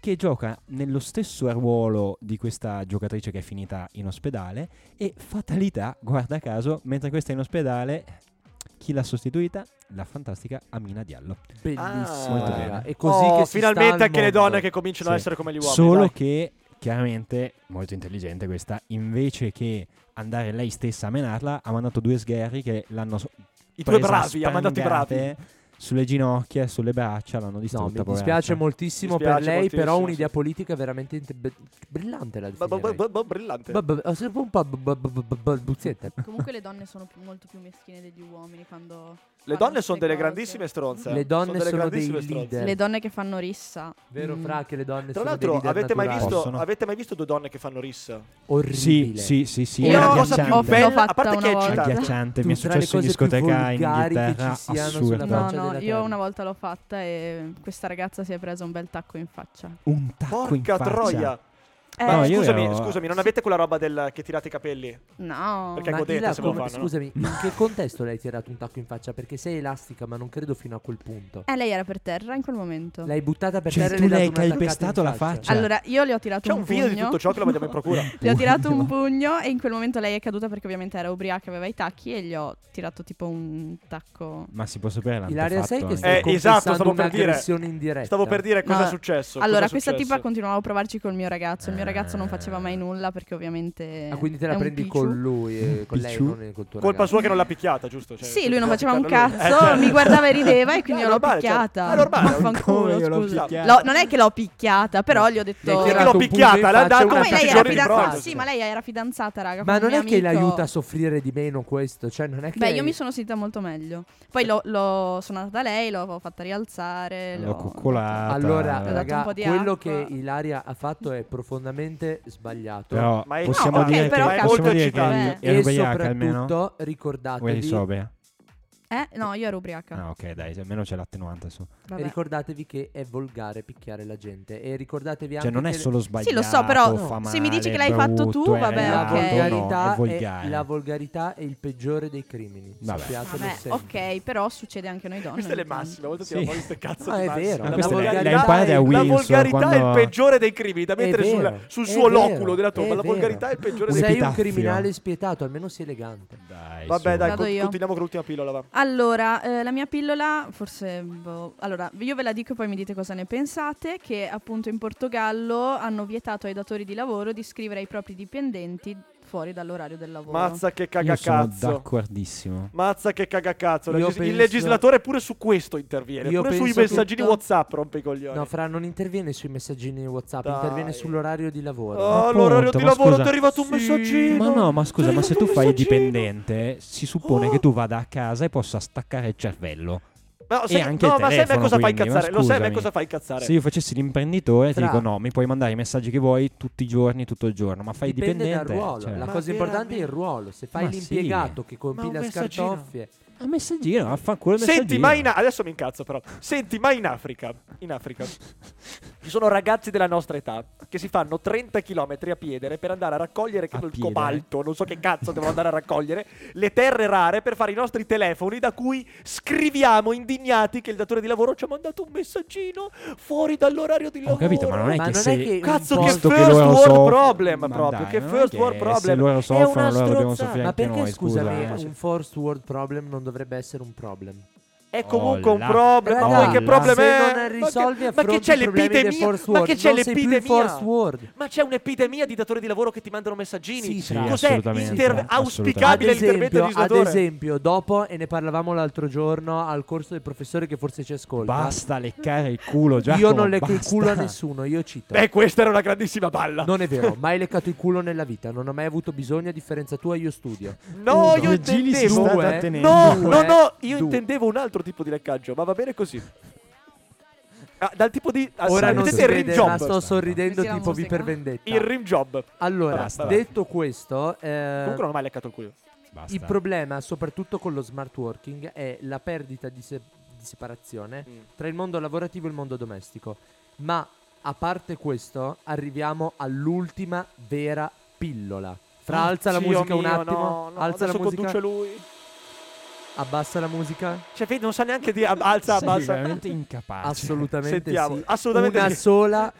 [SPEAKER 3] che gioca nello stesso ruolo di questa giocatrice che è finita in ospedale e fatalità, guarda caso, mentre questa è in ospedale, chi l'ha sostituita? La fantastica Amina Diallo.
[SPEAKER 2] bellissimo.
[SPEAKER 3] molto
[SPEAKER 2] raga.
[SPEAKER 3] bene.
[SPEAKER 2] È così
[SPEAKER 1] Oh,
[SPEAKER 2] che si
[SPEAKER 1] finalmente
[SPEAKER 2] sta al
[SPEAKER 1] anche le
[SPEAKER 2] mondo.
[SPEAKER 1] donne che cominciano a
[SPEAKER 3] Ah, Sì.
[SPEAKER 1] essere come gli uomini.
[SPEAKER 3] Solo
[SPEAKER 1] dai.
[SPEAKER 3] che chiaramente molto intelligente questa, invece che andare lei stessa a menarla, ha mandato due sgherri che l'hanno so-
[SPEAKER 1] i due
[SPEAKER 3] presa
[SPEAKER 1] bravi, ha mandato i bravi.
[SPEAKER 3] sprangate sulle ginocchia, e sulle braccia, l'hanno distrutta.
[SPEAKER 2] No, mi
[SPEAKER 3] poveraccia.
[SPEAKER 2] dispiace moltissimo
[SPEAKER 1] Dispiace
[SPEAKER 2] per lei, però
[SPEAKER 1] moltissimo,
[SPEAKER 2] un'idea politica veramente inte- be- brillante la
[SPEAKER 1] Ba- ba-
[SPEAKER 2] definirei.
[SPEAKER 1] ba- ba- Brillante.
[SPEAKER 2] Ba- ba- serve un po' ba- ba- ba- ba- ba- buzzette.
[SPEAKER 4] Comunque le donne sono più- molto più meschine degli uomini quando...
[SPEAKER 1] Le
[SPEAKER 4] fanno
[SPEAKER 1] donne
[SPEAKER 4] queste
[SPEAKER 1] sono delle
[SPEAKER 4] cose.
[SPEAKER 1] grandissime stronze. eh.
[SPEAKER 2] Le donne
[SPEAKER 1] delle
[SPEAKER 2] sono dei
[SPEAKER 1] grandissime stronze.
[SPEAKER 2] leader.
[SPEAKER 4] Le donne che fanno rissa.
[SPEAKER 2] Vero
[SPEAKER 4] Mm.
[SPEAKER 2] fra che le donne
[SPEAKER 1] Tra
[SPEAKER 2] sono dei
[SPEAKER 1] l'altro,
[SPEAKER 2] leader
[SPEAKER 1] avete mai,
[SPEAKER 2] naturali.
[SPEAKER 1] visto,
[SPEAKER 3] Possono.
[SPEAKER 1] avete mai visto due donne che fanno
[SPEAKER 4] Ah,
[SPEAKER 1] rissa?
[SPEAKER 3] Sì,
[SPEAKER 2] Orribile.
[SPEAKER 3] sì, sì, sì.
[SPEAKER 1] È
[SPEAKER 4] Io
[SPEAKER 1] una
[SPEAKER 4] ho-
[SPEAKER 1] cosa più
[SPEAKER 4] ho
[SPEAKER 3] agghiacciante.
[SPEAKER 1] bella,
[SPEAKER 4] fatta
[SPEAKER 1] a parte
[SPEAKER 4] una
[SPEAKER 1] che è
[SPEAKER 4] volta.
[SPEAKER 1] eccitante.
[SPEAKER 3] agghiacciante. Mi è
[SPEAKER 2] Tra le
[SPEAKER 3] successo in
[SPEAKER 2] cose più
[SPEAKER 3] discoteca in
[SPEAKER 2] volgari che
[SPEAKER 3] Inghilterra,
[SPEAKER 2] ci siano sulla
[SPEAKER 3] assurdo.
[SPEAKER 2] faccia
[SPEAKER 4] No, no,
[SPEAKER 2] della
[SPEAKER 4] io
[SPEAKER 2] terra.
[SPEAKER 4] una volta l'ho fatta e questa ragazza si è presa un bel tacco in faccia.
[SPEAKER 3] Un tacco in
[SPEAKER 1] Porca
[SPEAKER 3] faccia.
[SPEAKER 1] troia.
[SPEAKER 4] Eh,
[SPEAKER 1] Ma
[SPEAKER 3] No, io
[SPEAKER 1] scusami,
[SPEAKER 3] ero-
[SPEAKER 1] scusami, non avete quella roba del che tirate i capelli?
[SPEAKER 4] no.
[SPEAKER 1] Perché-
[SPEAKER 2] Ma
[SPEAKER 1] godete
[SPEAKER 2] Ila,
[SPEAKER 1] se lo
[SPEAKER 2] come-
[SPEAKER 1] fanno, no?
[SPEAKER 2] scusami, in che contesto le hai tirato un tacco in faccia? Perché sei elastica, ma non credo fino a quel punto.
[SPEAKER 4] Eh, lei era per terra in quel momento.
[SPEAKER 2] L'hai buttata per
[SPEAKER 3] Cioè,
[SPEAKER 2] terra e
[SPEAKER 3] tu
[SPEAKER 2] le hai
[SPEAKER 3] l'hai
[SPEAKER 2] dato una attaccata
[SPEAKER 3] calpestato
[SPEAKER 2] in
[SPEAKER 3] la faccia?
[SPEAKER 4] Allora, io le ho tirato
[SPEAKER 1] C'è un video di
[SPEAKER 4] pugno.
[SPEAKER 1] tutto ciò che lo vediamo in procura.
[SPEAKER 4] Le ho tirato un pugno e in quel momento lei è caduta perché ovviamente era ubriaca, aveva i tacchi e gli ho tirato tipo un tacco.
[SPEAKER 3] Ma si può sapere
[SPEAKER 2] Ah, Ilaria, sai che
[SPEAKER 3] l'antefatto
[SPEAKER 2] stai
[SPEAKER 1] Eh,
[SPEAKER 3] anche?
[SPEAKER 1] con- esatto, stavo
[SPEAKER 2] confessando
[SPEAKER 1] per dire.
[SPEAKER 2] un'aggressione in diretta.
[SPEAKER 1] Stavo per dire cosa
[SPEAKER 4] No.
[SPEAKER 1] è successo. cosa
[SPEAKER 4] Allora,
[SPEAKER 1] è
[SPEAKER 4] questa
[SPEAKER 1] successo. Eh.
[SPEAKER 4] tipa continuava a provarci col mio ragazzo, il mio ragazzo non faceva mai nulla perché ovviamente
[SPEAKER 2] Ah, quindi te
[SPEAKER 4] è
[SPEAKER 2] la
[SPEAKER 4] un
[SPEAKER 2] prendi
[SPEAKER 4] picciu.
[SPEAKER 2] con lui e con lei,
[SPEAKER 3] Picciu?
[SPEAKER 2] non eh, col tuo
[SPEAKER 1] Colpa
[SPEAKER 2] ragazzo.
[SPEAKER 1] sua che non l'ha picchiata, giusto? Cioè,
[SPEAKER 4] Sì,
[SPEAKER 1] se-
[SPEAKER 4] lui non
[SPEAKER 1] se-
[SPEAKER 4] faceva un
[SPEAKER 1] picchiata lui.
[SPEAKER 4] cazzo,
[SPEAKER 1] Eh, certo.
[SPEAKER 4] mi guardava e rideva e quindi
[SPEAKER 1] No,
[SPEAKER 4] io l'ho
[SPEAKER 1] normale,
[SPEAKER 4] picchiata.
[SPEAKER 1] certo. È normale.
[SPEAKER 3] come
[SPEAKER 4] Vaffanculo,
[SPEAKER 3] io l'ho
[SPEAKER 4] scusa.
[SPEAKER 3] picchiata?
[SPEAKER 4] No, non è che l'ho picchiata, però gli ho detto
[SPEAKER 2] Le hai
[SPEAKER 1] Perché
[SPEAKER 2] tirato
[SPEAKER 1] l'ho
[SPEAKER 2] un pugno in
[SPEAKER 1] picchiata, l'ha
[SPEAKER 2] faccia
[SPEAKER 1] dato
[SPEAKER 2] e una
[SPEAKER 1] un
[SPEAKER 4] Come lei
[SPEAKER 1] dieci
[SPEAKER 4] era
[SPEAKER 1] giorni di
[SPEAKER 4] fidanzata,
[SPEAKER 1] prova.
[SPEAKER 2] prova.
[SPEAKER 4] sì, ma lei era fidanzata, raga.
[SPEAKER 2] Ma
[SPEAKER 4] con un
[SPEAKER 2] non è
[SPEAKER 4] mio
[SPEAKER 2] che
[SPEAKER 4] amico.
[SPEAKER 2] l'aiuta a soffrire di meno questo, cioè non è che
[SPEAKER 4] Beh, io mi sono sentita molto meglio. Poi l'ho, l'ho- sono andata da lei, l'ho fatta rialzare.
[SPEAKER 3] L'ho coccolata.
[SPEAKER 2] Allora,
[SPEAKER 4] Ho dato
[SPEAKER 2] raga,
[SPEAKER 4] un po' di
[SPEAKER 2] quello
[SPEAKER 4] acqua.
[SPEAKER 2] che Ilaria ha fatto è profondamente sbagliato.
[SPEAKER 3] Però
[SPEAKER 1] Ma è-
[SPEAKER 3] possiamo
[SPEAKER 4] no, ok,
[SPEAKER 3] dire
[SPEAKER 4] però
[SPEAKER 3] che,
[SPEAKER 4] cazzo.
[SPEAKER 3] possiamo dire che
[SPEAKER 4] eccitante.
[SPEAKER 3] eri-
[SPEAKER 4] Eh.
[SPEAKER 3] eri
[SPEAKER 2] e
[SPEAKER 3] ubriaca almeno.
[SPEAKER 2] soprattutto
[SPEAKER 3] O eri
[SPEAKER 2] ricordatevi,
[SPEAKER 3] sobria?
[SPEAKER 4] Eh, no, io ero ubriaca.
[SPEAKER 3] Ah, ok, dai, almeno c'è l'attenuante su.
[SPEAKER 4] Vabbè.
[SPEAKER 2] ricordatevi che è volgare picchiare la gente e ricordatevi anche
[SPEAKER 3] Cioè, non è
[SPEAKER 2] che
[SPEAKER 3] solo sbagliato.
[SPEAKER 4] lo so, però
[SPEAKER 3] fa
[SPEAKER 4] se mi dici
[SPEAKER 3] male,
[SPEAKER 4] che l'hai fatto
[SPEAKER 3] brutto,
[SPEAKER 4] tu,
[SPEAKER 3] è
[SPEAKER 4] vabbè,
[SPEAKER 2] la,
[SPEAKER 4] ok.
[SPEAKER 3] errato,
[SPEAKER 2] volgarità
[SPEAKER 3] No, è
[SPEAKER 2] è,
[SPEAKER 3] volgare.
[SPEAKER 2] la volgarità è il peggiore dei crimini.
[SPEAKER 3] Vabbè.
[SPEAKER 2] Sappiatelo
[SPEAKER 4] Vabbè,
[SPEAKER 2] sempre.
[SPEAKER 4] ok, però succede anche a noi donne.
[SPEAKER 1] Queste
[SPEAKER 4] diciamo.
[SPEAKER 1] le
[SPEAKER 4] ogni tanto.
[SPEAKER 1] massime, a volte
[SPEAKER 3] Sì.
[SPEAKER 1] tirano fuori queste cazzo
[SPEAKER 2] No,
[SPEAKER 1] di
[SPEAKER 2] è
[SPEAKER 1] massime.
[SPEAKER 2] vero.
[SPEAKER 1] La
[SPEAKER 2] Queste le- le
[SPEAKER 1] volgarità-
[SPEAKER 3] imparate a
[SPEAKER 1] La
[SPEAKER 3] Windsor
[SPEAKER 1] volgarità è il
[SPEAKER 3] quando-
[SPEAKER 1] peggiore dei crimini, da
[SPEAKER 2] È
[SPEAKER 1] mettere sul,
[SPEAKER 2] vero,
[SPEAKER 1] sul
[SPEAKER 2] è
[SPEAKER 1] suo
[SPEAKER 2] vero,
[SPEAKER 1] loculo della tomba.
[SPEAKER 2] è
[SPEAKER 1] La
[SPEAKER 2] vero.
[SPEAKER 1] volgarità è il peggiore dei
[SPEAKER 2] Sei
[SPEAKER 1] crimini.
[SPEAKER 2] un
[SPEAKER 3] epitaffio.
[SPEAKER 2] criminale spietato, almeno sei elegante.
[SPEAKER 3] Dai,
[SPEAKER 1] Vabbè, dai,
[SPEAKER 4] Vado
[SPEAKER 1] con-
[SPEAKER 4] io.
[SPEAKER 1] continuiamo con l'ultima pillola. Va.
[SPEAKER 4] Allora, eh, la mia pillola, forse... boh, allora, io ve la dico e poi mi dite cosa ne pensate, che appunto in Portogallo hanno vietato ai datori di lavoro di scrivere ai propri dipendenti fuori dall'orario del lavoro.
[SPEAKER 1] Mazza che
[SPEAKER 3] Io sono
[SPEAKER 1] cagacazzo.
[SPEAKER 3] d'accordissimo.
[SPEAKER 1] Mazza che cagacazzo.
[SPEAKER 2] Io
[SPEAKER 1] Legis- Il
[SPEAKER 2] penso-
[SPEAKER 1] legislatore pure su questo interviene.
[SPEAKER 2] Io
[SPEAKER 1] Pure sui
[SPEAKER 2] penso
[SPEAKER 1] messaggini
[SPEAKER 4] tutto-
[SPEAKER 1] WhatsApp rompe i coglioni.
[SPEAKER 2] No, Fra non interviene sui messaggini WhatsApp,
[SPEAKER 1] Dai.
[SPEAKER 2] interviene sull'orario di lavoro.
[SPEAKER 1] Oh,
[SPEAKER 3] Appunto,
[SPEAKER 1] l'orario di
[SPEAKER 3] ma
[SPEAKER 1] lavoro
[SPEAKER 3] scusa.
[SPEAKER 1] ti è arrivato un
[SPEAKER 2] Sì.
[SPEAKER 1] messaggino.
[SPEAKER 3] Ma no, ma
[SPEAKER 1] Ti è
[SPEAKER 3] scusa, ma se
[SPEAKER 1] arrivato
[SPEAKER 3] tu
[SPEAKER 1] un
[SPEAKER 3] fai il
[SPEAKER 1] messaggino.
[SPEAKER 3] dipendente, si suppone
[SPEAKER 1] Oh.
[SPEAKER 3] che tu vada a casa e possa staccare il cervello.
[SPEAKER 1] No,
[SPEAKER 3] E
[SPEAKER 1] sai-
[SPEAKER 3] anche
[SPEAKER 1] no,
[SPEAKER 3] il
[SPEAKER 1] ma sai a me
[SPEAKER 3] telefono,
[SPEAKER 1] cosa fai
[SPEAKER 3] quindi, ma
[SPEAKER 1] incazzare? Lo sai a me
[SPEAKER 3] scusami.
[SPEAKER 1] cosa fai incazzare?
[SPEAKER 3] Se io facessi l'imprenditore,
[SPEAKER 2] Fra-
[SPEAKER 3] ti dico no, mi puoi mandare i messaggi che vuoi tutti i giorni, tutto il giorno, ma fai il
[SPEAKER 2] Dipende
[SPEAKER 3] dipendente.
[SPEAKER 2] dal ruolo.
[SPEAKER 3] cioè,
[SPEAKER 2] La
[SPEAKER 1] Ma
[SPEAKER 2] cosa importante è il
[SPEAKER 1] veramente?
[SPEAKER 2] ruolo. Se fai
[SPEAKER 3] Ma sì.
[SPEAKER 2] l'impiegato che
[SPEAKER 1] Ma
[SPEAKER 2] compila
[SPEAKER 1] un messaggino.
[SPEAKER 2] scartoffie,
[SPEAKER 3] A messaggino, vaffanculo il messaggino.
[SPEAKER 1] Senti, ma in adesso mi incazzo però. Senti, ma in Africa, in Africa ci sono ragazzi della nostra età che si fanno 30 km a piedere per andare a raccogliere credo, il
[SPEAKER 3] piedere?
[SPEAKER 1] cobalto, non so che cazzo devono andare a raccogliere, le terre rare per fare i nostri telefoni da cui scriviamo indignati che il datore di lavoro ci ha mandato un messaggino fuori dall'orario di
[SPEAKER 3] Ho
[SPEAKER 1] lavoro.
[SPEAKER 3] capito, ma non è
[SPEAKER 2] Ma
[SPEAKER 3] che
[SPEAKER 2] non è
[SPEAKER 3] se...
[SPEAKER 2] che un
[SPEAKER 1] Cazzo
[SPEAKER 2] po'
[SPEAKER 1] che
[SPEAKER 3] Visto
[SPEAKER 1] first
[SPEAKER 3] loro
[SPEAKER 1] world
[SPEAKER 3] soffrono-
[SPEAKER 1] problem
[SPEAKER 3] Ma
[SPEAKER 1] proprio,
[SPEAKER 3] dai,
[SPEAKER 1] che
[SPEAKER 3] non è
[SPEAKER 1] first world problem.
[SPEAKER 3] Se loro soffrono,
[SPEAKER 1] una
[SPEAKER 3] allora dobbiamo
[SPEAKER 1] strozzata.
[SPEAKER 3] soffrire
[SPEAKER 2] Ma
[SPEAKER 3] anche
[SPEAKER 2] perché
[SPEAKER 3] noi,
[SPEAKER 2] scusami,
[SPEAKER 3] scusa, eh.
[SPEAKER 2] un forced word problem non dovrebbe essere un problem?
[SPEAKER 1] È comunque un
[SPEAKER 3] Olla.
[SPEAKER 1] problem. Ma
[SPEAKER 2] Oh, Raga,
[SPEAKER 1] voi che
[SPEAKER 3] Olla.
[SPEAKER 1] problem
[SPEAKER 2] se
[SPEAKER 1] è?
[SPEAKER 2] non
[SPEAKER 1] Ma che-
[SPEAKER 2] risolvi
[SPEAKER 1] ma che c'è l'epidemia? Ma che c'è
[SPEAKER 2] forced
[SPEAKER 1] l'epidemia?
[SPEAKER 2] word.
[SPEAKER 1] Ma c'è un'epidemia di datori di lavoro che ti mandano messaggini?
[SPEAKER 2] Sì, sì,
[SPEAKER 1] Cos'è?
[SPEAKER 3] assolutamente,
[SPEAKER 1] Inter-
[SPEAKER 3] assolutamente.
[SPEAKER 2] Ad
[SPEAKER 1] auspicabile l'intervento
[SPEAKER 2] esempio,
[SPEAKER 1] del
[SPEAKER 2] ad
[SPEAKER 1] datore?
[SPEAKER 2] esempio, dopo, e ne parlavamo l'altro giorno al corso del professore che forse ci ascolta.
[SPEAKER 3] Basta leccare il culo, Giacomo.
[SPEAKER 2] io non lecco il
[SPEAKER 3] basta.
[SPEAKER 2] culo a nessuno, io cito.
[SPEAKER 1] Beh, Eh, questa era una grandissima balla.
[SPEAKER 2] Non è vero, mai leccato il culo nella vita, non ho mai avuto bisogno, a differenza tua, io studio.
[SPEAKER 1] No,
[SPEAKER 3] Uno.
[SPEAKER 1] io
[SPEAKER 3] Due giri si
[SPEAKER 1] intendevo.
[SPEAKER 3] stanno
[SPEAKER 2] Due.
[SPEAKER 3] attenendo.
[SPEAKER 1] No,
[SPEAKER 2] Due. eh.
[SPEAKER 1] no, no, io
[SPEAKER 2] Due.
[SPEAKER 1] intendevo un altro tipo di leccaggio, ma va bene così. Ah, dal tipo di. ah,
[SPEAKER 2] Ora
[SPEAKER 1] sai,
[SPEAKER 2] non si
[SPEAKER 1] mettete il rim
[SPEAKER 2] vede, ma
[SPEAKER 1] job.
[SPEAKER 2] sto Eh. sorridendo
[SPEAKER 4] Questa è la
[SPEAKER 2] tipo vi
[SPEAKER 4] musica.
[SPEAKER 2] per vendetta.
[SPEAKER 1] Il rim job.
[SPEAKER 2] Allora,
[SPEAKER 3] Basta.
[SPEAKER 2] detto questo, eh,
[SPEAKER 1] Comunque non ho mai leccato il culo.
[SPEAKER 3] Basta.
[SPEAKER 2] il problema soprattutto con lo smart working è la perdita di, se- di separazione
[SPEAKER 1] Mm.
[SPEAKER 2] tra il mondo lavorativo e il mondo domestico. Ma a parte questo, arriviamo all'ultima vera pillola. Fra alza la
[SPEAKER 1] Ah, Zio
[SPEAKER 2] musica un
[SPEAKER 1] mio,
[SPEAKER 2] attimo,
[SPEAKER 1] no, no,
[SPEAKER 2] alza la
[SPEAKER 1] adesso
[SPEAKER 2] musica,
[SPEAKER 1] conduce lui.
[SPEAKER 2] abbassa la musica.
[SPEAKER 1] Cioè, vedi, non sa neanche di ab- alza,
[SPEAKER 3] Sei
[SPEAKER 1] abbassa.
[SPEAKER 3] veramente incapace.
[SPEAKER 2] Assolutamente
[SPEAKER 1] Sentiamo,
[SPEAKER 2] sì.
[SPEAKER 1] assolutamente
[SPEAKER 2] Una
[SPEAKER 1] sì.
[SPEAKER 2] sola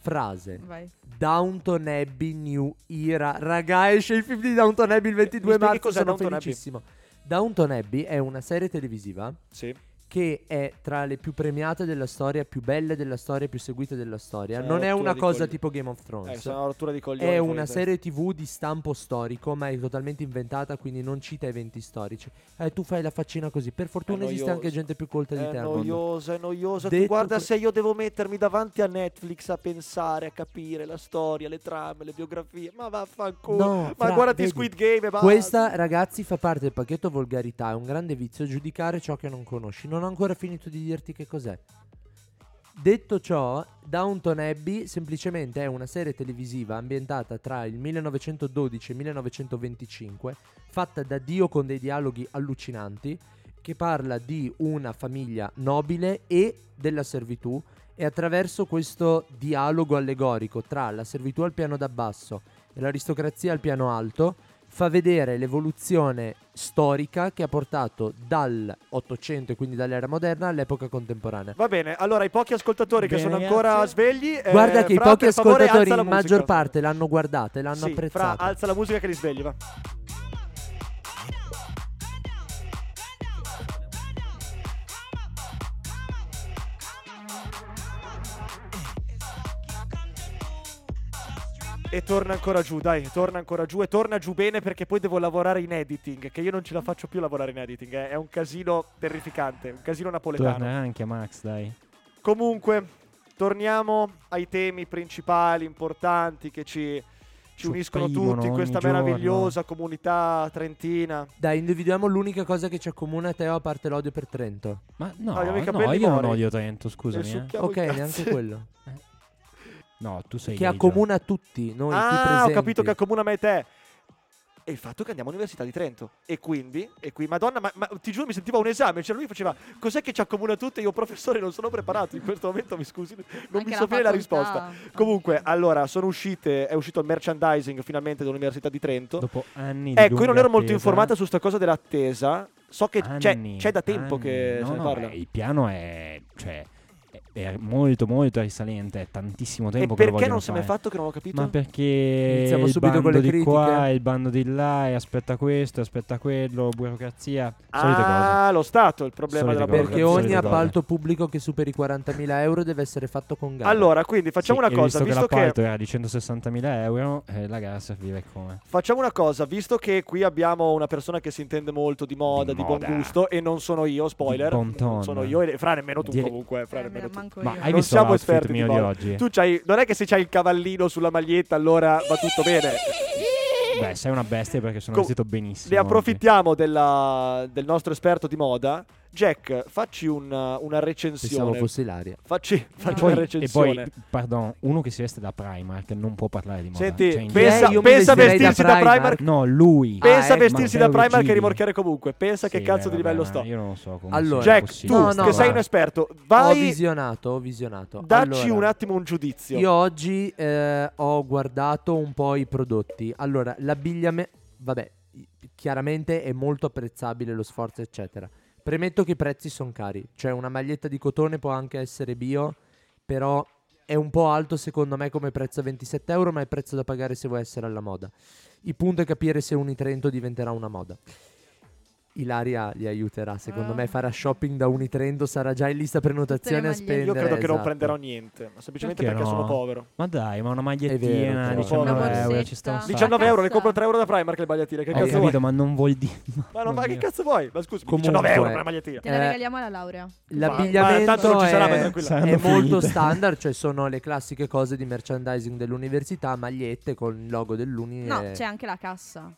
[SPEAKER 2] frase.
[SPEAKER 4] Vai.
[SPEAKER 2] Downton Abbey New Era. Raga, esce il film di Downton Abbey il 22
[SPEAKER 1] Mi spieghi
[SPEAKER 2] marzo,
[SPEAKER 1] cos'è
[SPEAKER 2] sono
[SPEAKER 1] Downton Abbey?
[SPEAKER 2] felicissimo. Downton Abbey è una serie televisiva
[SPEAKER 1] Sì.
[SPEAKER 2] che è tra le più premiate della storia, più belle della storia, più seguite della storia.
[SPEAKER 1] Sono
[SPEAKER 2] non è
[SPEAKER 1] rottura
[SPEAKER 2] una
[SPEAKER 1] di
[SPEAKER 2] cosa
[SPEAKER 1] coglioni.
[SPEAKER 2] tipo Game of
[SPEAKER 1] Eh,
[SPEAKER 2] Thrones.
[SPEAKER 1] sono una rottura di coglioni.
[SPEAKER 2] è
[SPEAKER 1] fuori
[SPEAKER 2] una
[SPEAKER 1] di testa.
[SPEAKER 2] serie tv di stampo storico, ma è totalmente inventata, quindi non cita eventi storici. Eh, tu fai la faccina così. Per fortuna
[SPEAKER 1] È
[SPEAKER 2] esiste
[SPEAKER 1] Eh, noioso.
[SPEAKER 2] anche gente più colta di te.
[SPEAKER 1] È
[SPEAKER 2] al mondo.
[SPEAKER 1] noiosa, è noiosa. Tu
[SPEAKER 2] Detto
[SPEAKER 1] guarda
[SPEAKER 2] que-
[SPEAKER 1] se io devo mettermi davanti a Netflix a pensare, a capire la storia, le trame, le biografie. Ma vaffanculo.
[SPEAKER 2] No,
[SPEAKER 1] ma
[SPEAKER 2] fra,
[SPEAKER 1] guardati
[SPEAKER 2] vedi,
[SPEAKER 1] Squid Game e basta.
[SPEAKER 2] Questa, ragazzi, fa parte del pacchetto volgarità. È un grande vizio giudicare ciò che non conosci. Non ho ancora finito di dirti che cos'è. Detto ciò, Downton Abbey semplicemente è una serie televisiva ambientata tra il 1912 e il 1925, fatta da Dio con dei dialoghi allucinanti, che parla di una famiglia nobile e della servitù e attraverso questo dialogo allegorico tra la servitù al piano da basso e l'aristocrazia al piano alto fa vedere l'evoluzione storica che ha portato dall'Ottocento e quindi dall'era moderna all'epoca contemporanea.
[SPEAKER 1] Va bene, allora i pochi ascoltatori che
[SPEAKER 3] Bene,
[SPEAKER 1] sono
[SPEAKER 3] ragazzi.
[SPEAKER 1] ancora svegli. eh,
[SPEAKER 2] Guarda che i
[SPEAKER 1] Fra,
[SPEAKER 2] pochi
[SPEAKER 1] per favore,
[SPEAKER 2] ascoltatori
[SPEAKER 1] alza la
[SPEAKER 2] in maggior
[SPEAKER 1] musica.
[SPEAKER 2] parte l'hanno guardata e l'hanno
[SPEAKER 1] Sì, Fra,
[SPEAKER 2] apprezzata.
[SPEAKER 1] alza la musica che li svegli, va. E torna ancora giù, dai, torna ancora giù e torna giù bene perché poi devo lavorare in editing, che io non ce la faccio più lavorare in editing, eh. è un casino terrificante, un casino napoletano.
[SPEAKER 3] Tornerà anche Max, dai.
[SPEAKER 1] Comunque, torniamo ai temi principali, importanti, che ci, ci
[SPEAKER 3] Ci
[SPEAKER 1] uniscono
[SPEAKER 3] opprimono
[SPEAKER 1] tutti in
[SPEAKER 3] ogni
[SPEAKER 1] questa
[SPEAKER 3] giorno.
[SPEAKER 1] meravigliosa comunità trentina.
[SPEAKER 2] Dai, individuiamo l'unica cosa che ci accomuna a Teo a parte l'odio per Trento.
[SPEAKER 3] Ma no,
[SPEAKER 1] Abbiamo i
[SPEAKER 3] no,
[SPEAKER 1] capelli
[SPEAKER 3] io non
[SPEAKER 1] mori.
[SPEAKER 3] odio Trento,
[SPEAKER 1] E
[SPEAKER 3] scusami. eh.
[SPEAKER 1] succhiamo
[SPEAKER 2] Ok,
[SPEAKER 1] i cazzi.
[SPEAKER 2] neanche quello.
[SPEAKER 3] No, tu sei
[SPEAKER 2] Che
[SPEAKER 3] gay,
[SPEAKER 2] accomuna tutti noi qui
[SPEAKER 1] Ah,
[SPEAKER 2] presenti.
[SPEAKER 1] ho capito che accomuna me e te. E il fatto che andiamo all'Università di Trento. E quindi, e qui, madonna, ma, ma ti giuro mi sentiva un esame. Cioè lui faceva, cos'è che ci accomuna tutti? Io, professore, non sono preparato in questo momento, mi scusi, non
[SPEAKER 4] Anche Eh,
[SPEAKER 1] mi so bene la risposta.
[SPEAKER 4] facoltà.
[SPEAKER 1] Comunque, allora, sono uscite, è uscito il merchandising finalmente dell'Università di Trento.
[SPEAKER 3] Dopo anni di
[SPEAKER 1] Ecco, io non
[SPEAKER 3] lunga
[SPEAKER 1] ero molto
[SPEAKER 3] attesa-
[SPEAKER 1] informata su sta cosa dell'attesa. So che c'è,
[SPEAKER 3] Anni,
[SPEAKER 1] c'è da tempo che
[SPEAKER 3] anni. No,
[SPEAKER 1] se ne
[SPEAKER 3] no,
[SPEAKER 1] parla.
[SPEAKER 3] beh, il piano è, cioè, è- è molto molto risalente, è tantissimo
[SPEAKER 1] e
[SPEAKER 3] tempo che lo
[SPEAKER 1] perché
[SPEAKER 3] vogliono
[SPEAKER 1] non se ne è
[SPEAKER 3] fare.
[SPEAKER 1] fatto che non ho capito?
[SPEAKER 3] Ma perché
[SPEAKER 2] Iniziamo
[SPEAKER 3] il
[SPEAKER 2] subito con
[SPEAKER 3] bando
[SPEAKER 2] le
[SPEAKER 3] di
[SPEAKER 2] critiche.
[SPEAKER 3] qua, il bando di là, e aspetta questo, aspetta quello, burocrazia, solite cose.
[SPEAKER 1] ah, lo Stato, il problema
[SPEAKER 3] Solite
[SPEAKER 1] della
[SPEAKER 3] cose.
[SPEAKER 2] Perché
[SPEAKER 1] burocrazia.
[SPEAKER 2] ogni
[SPEAKER 3] Solite cose.
[SPEAKER 2] appalto pubblico che superi i 40.000 euro deve essere fatto con gara.
[SPEAKER 1] Allora, quindi facciamo
[SPEAKER 3] Sì,
[SPEAKER 1] una
[SPEAKER 3] e
[SPEAKER 1] cosa,
[SPEAKER 3] visto,
[SPEAKER 1] visto
[SPEAKER 3] che
[SPEAKER 1] che,
[SPEAKER 3] l'appalto era di 160.000 euro, eh, la gara serviva e come?
[SPEAKER 1] facciamo una cosa, visto che qui abbiamo una persona che si intende molto di moda, di,
[SPEAKER 3] Di
[SPEAKER 1] buon
[SPEAKER 3] moda.
[SPEAKER 1] gusto e non sono io, spoiler,
[SPEAKER 3] Di bon
[SPEAKER 1] non
[SPEAKER 3] ton.
[SPEAKER 1] sono io e fra nemmeno tu
[SPEAKER 3] Dire-
[SPEAKER 1] comunque, eh, fra
[SPEAKER 4] Eh, me
[SPEAKER 1] nemmeno
[SPEAKER 4] la
[SPEAKER 1] tu.
[SPEAKER 4] manco
[SPEAKER 3] Ma
[SPEAKER 4] io.
[SPEAKER 3] hai
[SPEAKER 1] Non
[SPEAKER 3] visto
[SPEAKER 1] siamo
[SPEAKER 3] l'outfit
[SPEAKER 1] esperti di
[SPEAKER 3] mio di
[SPEAKER 1] moda.
[SPEAKER 3] oggi?
[SPEAKER 1] Tu c'hai non è che se c'hai il cavallino sulla maglietta allora va tutto bene.
[SPEAKER 3] Beh, sei una bestia perché sono
[SPEAKER 1] Co-
[SPEAKER 3] vestito benissimo. eh.
[SPEAKER 1] Ne approfittiamo della- del nostro esperto di moda Jack, facci una, una
[SPEAKER 2] Pensavo
[SPEAKER 1] recensione.
[SPEAKER 2] fosse l'aria.
[SPEAKER 1] Facci,
[SPEAKER 3] E
[SPEAKER 1] facci
[SPEAKER 4] poi-
[SPEAKER 1] una
[SPEAKER 3] poi, e
[SPEAKER 1] recensione.
[SPEAKER 3] poi, pardon, uno che si veste da Primark non può parlare di moda.
[SPEAKER 1] Senti,
[SPEAKER 3] Cioè, in
[SPEAKER 1] pensa,
[SPEAKER 2] Eh, io mi
[SPEAKER 1] pensa a
[SPEAKER 2] vestirei da
[SPEAKER 1] vestirsi da Primark.
[SPEAKER 2] Primark.
[SPEAKER 3] No, lui.
[SPEAKER 2] Ah,
[SPEAKER 1] Pensa a
[SPEAKER 2] ecco.
[SPEAKER 1] vestirsi da
[SPEAKER 3] Matteo
[SPEAKER 1] Primark
[SPEAKER 3] Gigli.
[SPEAKER 1] e rimorchiare comunque. Pensa che
[SPEAKER 3] Sì,
[SPEAKER 1] cazzo
[SPEAKER 3] vabbè,
[SPEAKER 1] di livello
[SPEAKER 3] ma
[SPEAKER 1] sto.
[SPEAKER 3] Io non lo so come
[SPEAKER 2] Allora,
[SPEAKER 3] sia
[SPEAKER 1] Jack, tu
[SPEAKER 3] possibile.
[SPEAKER 2] No, no,
[SPEAKER 1] che sei un
[SPEAKER 2] guarda.
[SPEAKER 1] esperto,
[SPEAKER 2] Ho
[SPEAKER 1] vai,
[SPEAKER 2] visionato, ho visionato.
[SPEAKER 1] dacci
[SPEAKER 2] Allora,
[SPEAKER 1] un attimo un giudizio.
[SPEAKER 2] Io oggi eh, ho guardato un po' i prodotti. Allora, l'abbigliamento... Vabbè, chiaramente è molto apprezzabile lo sforzo, eccetera. Premetto che i prezzi sono cari. Cioè, una maglietta di cotone può anche essere bio, però è un po' alto secondo me come prezzo a 27 euro, ma è il prezzo da pagare se vuoi essere alla moda. Il punto è capire se Unitrento diventerà una moda. Ilaria li aiuterà, secondo
[SPEAKER 4] Ah.
[SPEAKER 2] me farà shopping da Unitrento, sarà già in lista prenotazione a
[SPEAKER 4] magliette.
[SPEAKER 2] spendere.
[SPEAKER 4] Io
[SPEAKER 1] Io credo che non
[SPEAKER 2] esatto.
[SPEAKER 1] prenderò niente, ma semplicemente
[SPEAKER 3] Perché
[SPEAKER 1] perché,
[SPEAKER 3] no?
[SPEAKER 1] sono povero.
[SPEAKER 3] Ma dai, ma una
[SPEAKER 2] vero,
[SPEAKER 3] magliettina,
[SPEAKER 2] però.
[SPEAKER 3] 19
[SPEAKER 4] Una
[SPEAKER 3] euro,
[SPEAKER 4] borsetta.
[SPEAKER 3] ci
[SPEAKER 2] Ah.
[SPEAKER 3] sta un sacco.
[SPEAKER 1] 19 euro, le
[SPEAKER 4] Cassa.
[SPEAKER 1] compro 3 euro da Primark le magliattine, che
[SPEAKER 3] Ho
[SPEAKER 1] cazzo vuoi?
[SPEAKER 3] capito, ma non vuol dire.
[SPEAKER 1] Ma, no, ma che
[SPEAKER 3] Oddio.
[SPEAKER 1] cazzo vuoi? Ma scusami,
[SPEAKER 2] Comunque.
[SPEAKER 1] 19 euro per una magliettina.
[SPEAKER 4] Te la
[SPEAKER 2] Eh,
[SPEAKER 4] regaliamo alla laurea.
[SPEAKER 2] L'abbigliamento
[SPEAKER 1] Ma tanto non ci sarà, ma
[SPEAKER 2] è,
[SPEAKER 1] tranquilla.
[SPEAKER 2] è
[SPEAKER 3] Saranno
[SPEAKER 2] molto
[SPEAKER 3] finite.
[SPEAKER 2] standard, cioè sono le classiche cose di merchandising dell'università, magliette con il logo dell'Uni.
[SPEAKER 4] No, cioè,
[SPEAKER 2] e-
[SPEAKER 4] c'è anche la cassa.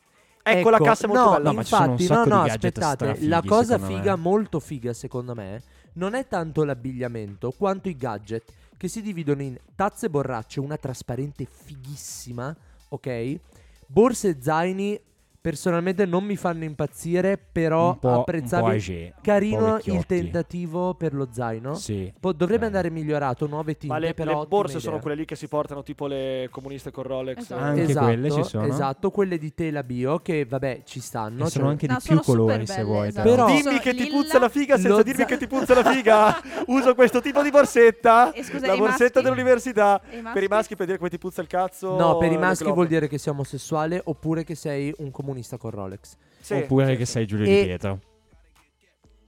[SPEAKER 1] Ecco, la cassa è molto
[SPEAKER 2] no,
[SPEAKER 1] bella.
[SPEAKER 3] ma ci sono un
[SPEAKER 2] infatti, no,
[SPEAKER 3] sacco
[SPEAKER 2] no,
[SPEAKER 3] di gadget
[SPEAKER 2] aspettate,
[SPEAKER 3] strafighi,
[SPEAKER 2] la cosa
[SPEAKER 3] secondo me.
[SPEAKER 2] figa, molto figa secondo me, non è tanto l'abbigliamento quanto i gadget che si dividono in tazze e borracce, una trasparente fighissima, ok? Borse e zaini personalmente non mi fanno impazzire, però
[SPEAKER 3] Un po'- un po'
[SPEAKER 2] apprezzabili.
[SPEAKER 3] agé, un po'
[SPEAKER 2] Carino il
[SPEAKER 3] vecchiotti.
[SPEAKER 2] tentativo per lo zaino.
[SPEAKER 3] Sì.
[SPEAKER 2] Po- dovrebbe
[SPEAKER 3] Beh.
[SPEAKER 2] andare migliorato, nuove tinte,
[SPEAKER 1] Eh. Ma le,
[SPEAKER 2] però
[SPEAKER 1] le
[SPEAKER 2] ottima
[SPEAKER 1] borse sono
[SPEAKER 2] idea.
[SPEAKER 1] quelle lì che si portano, tipo le comuniste con Rolex.
[SPEAKER 4] Esatto.
[SPEAKER 1] Eh,
[SPEAKER 3] Anche
[SPEAKER 2] esatto,
[SPEAKER 3] quelle ci sono.
[SPEAKER 2] Esatto, quelle di tela bio che vabbè ci stanno.
[SPEAKER 3] E sono
[SPEAKER 2] cioè-
[SPEAKER 3] anche
[SPEAKER 4] No,
[SPEAKER 3] di più
[SPEAKER 4] sono super
[SPEAKER 3] colori se
[SPEAKER 4] belle,
[SPEAKER 3] vuoi.
[SPEAKER 4] esatto.
[SPEAKER 2] però-
[SPEAKER 1] Dimmi
[SPEAKER 4] Sono
[SPEAKER 1] che ti
[SPEAKER 4] lilla,
[SPEAKER 1] puzza la figa senza
[SPEAKER 2] lo
[SPEAKER 1] dirmi
[SPEAKER 2] za-
[SPEAKER 1] che ti puzza la figa. Uso questo tipo di borsetta.
[SPEAKER 4] E scusa,
[SPEAKER 1] la
[SPEAKER 4] i
[SPEAKER 1] borsetta
[SPEAKER 4] maschi?
[SPEAKER 1] dell'università.
[SPEAKER 4] E
[SPEAKER 1] Per i maschi per dire come ti puzza il cazzo.
[SPEAKER 2] No, per i
[SPEAKER 1] lo
[SPEAKER 2] maschi
[SPEAKER 1] globo.
[SPEAKER 2] vuol dire che sei omosessuale oppure che sei un comunista con Rolex.
[SPEAKER 1] Sì.
[SPEAKER 3] Oppure che sei Giulio
[SPEAKER 2] E-
[SPEAKER 3] Di Pietro.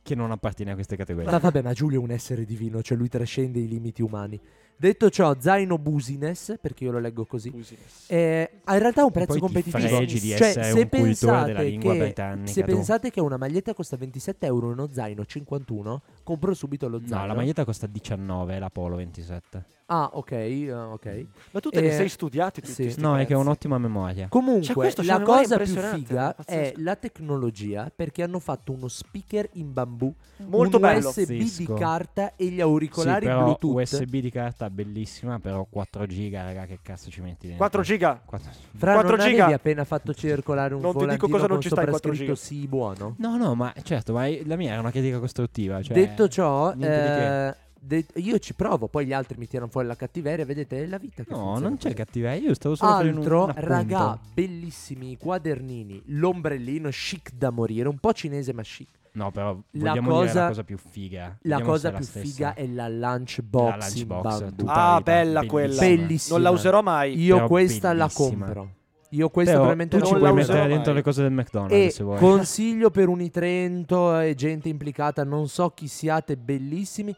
[SPEAKER 3] Che non appartiene a queste categorie.
[SPEAKER 2] Ma vabbè, ma Giulio è un essere divino, cioè lui trascende i limiti umani. Detto ciò, zaino busines, perché io lo leggo così.
[SPEAKER 1] Business.
[SPEAKER 2] eh, ha in realtà un prezzo
[SPEAKER 3] poi ti
[SPEAKER 2] competitivo.
[SPEAKER 3] fregi di
[SPEAKER 2] Cioè,
[SPEAKER 3] essere
[SPEAKER 2] se
[SPEAKER 3] un cultore della
[SPEAKER 2] pensate
[SPEAKER 3] lingua
[SPEAKER 2] che-
[SPEAKER 3] britannica,
[SPEAKER 2] Se
[SPEAKER 3] tu.
[SPEAKER 2] pensate che una maglietta costa 27 euro e uno zaino 51, compro subito lo zaino.
[SPEAKER 3] No, la maglietta costa 19, la Polo 27.
[SPEAKER 2] Ah, ok, eh, ok.
[SPEAKER 1] Ma tu te ne
[SPEAKER 2] Eh,
[SPEAKER 1] sei studiati tutti.
[SPEAKER 2] sì.
[SPEAKER 1] sti
[SPEAKER 3] No, è
[SPEAKER 1] pezzi.
[SPEAKER 3] che ho un'ottima memoria.
[SPEAKER 2] Comunque,
[SPEAKER 1] Cioè, questo c'è
[SPEAKER 2] la
[SPEAKER 1] una memoria
[SPEAKER 2] cosa più
[SPEAKER 1] impressionante,
[SPEAKER 2] figa è
[SPEAKER 1] pazzesco.
[SPEAKER 2] la tecnologia perché hanno fatto uno speaker in bambù,
[SPEAKER 1] Molto
[SPEAKER 2] un
[SPEAKER 1] bello.
[SPEAKER 2] USB
[SPEAKER 3] Pazzesco.
[SPEAKER 2] di carta e gli
[SPEAKER 3] Sì,
[SPEAKER 2] auricolari
[SPEAKER 3] però
[SPEAKER 2] Bluetooth.
[SPEAKER 3] USB di carta bellissima, però 4 giga, raga, che cazzo ci metti dentro?
[SPEAKER 1] 4 giga.
[SPEAKER 3] 4
[SPEAKER 2] Fra
[SPEAKER 1] 4
[SPEAKER 2] non
[SPEAKER 1] giga.
[SPEAKER 2] avevi appena fatto circolare un
[SPEAKER 1] Non ti dico
[SPEAKER 2] volantino
[SPEAKER 1] cosa non
[SPEAKER 2] con
[SPEAKER 1] ci sta in
[SPEAKER 2] sopra
[SPEAKER 1] 4
[SPEAKER 2] scritto
[SPEAKER 1] giga.
[SPEAKER 2] sì buono?
[SPEAKER 3] No, no, ma certo, ma la mia era una critica costruttiva. Cioè,
[SPEAKER 2] Detto ciò,
[SPEAKER 3] niente di che.
[SPEAKER 2] eh, de- io ci provo, poi gli altri mi tirano fuori la cattiveria, vedete, è la vita che
[SPEAKER 3] No,
[SPEAKER 2] funziona
[SPEAKER 3] non c'è
[SPEAKER 2] così.
[SPEAKER 3] cattiveria, io stavo solo facendo
[SPEAKER 2] eh,
[SPEAKER 3] un,
[SPEAKER 2] Altro,
[SPEAKER 3] un appunto.
[SPEAKER 2] raga, bellissimi i quadernini, l'ombrellino chic da morire, un po' cinese ma chic.
[SPEAKER 3] No, però
[SPEAKER 2] La
[SPEAKER 3] vogliamo dire
[SPEAKER 2] cosa-
[SPEAKER 3] la cosa più figa.
[SPEAKER 2] La
[SPEAKER 3] Vediamo se
[SPEAKER 2] cosa
[SPEAKER 3] è
[SPEAKER 2] più
[SPEAKER 3] stessa.
[SPEAKER 2] figa è la lunchbox,
[SPEAKER 3] la lunchbox.
[SPEAKER 2] in bambù.
[SPEAKER 3] tutta
[SPEAKER 1] Ah,
[SPEAKER 3] ripa,
[SPEAKER 1] bella quella.
[SPEAKER 2] Bellissima.
[SPEAKER 1] Non la userò mai.
[SPEAKER 2] Io
[SPEAKER 3] però
[SPEAKER 2] questa la
[SPEAKER 3] bellissima.
[SPEAKER 2] compro. Io questa
[SPEAKER 3] Però
[SPEAKER 2] probabilmente
[SPEAKER 3] tu ci
[SPEAKER 1] non
[SPEAKER 3] puoi
[SPEAKER 1] la
[SPEAKER 3] mettere
[SPEAKER 1] userò
[SPEAKER 3] dentro
[SPEAKER 1] mai.
[SPEAKER 3] le cose del McDonald's
[SPEAKER 2] E
[SPEAKER 3] se vuoi.
[SPEAKER 2] consiglio per Unitrento e gente implicata, non so chi siate, bellissimi.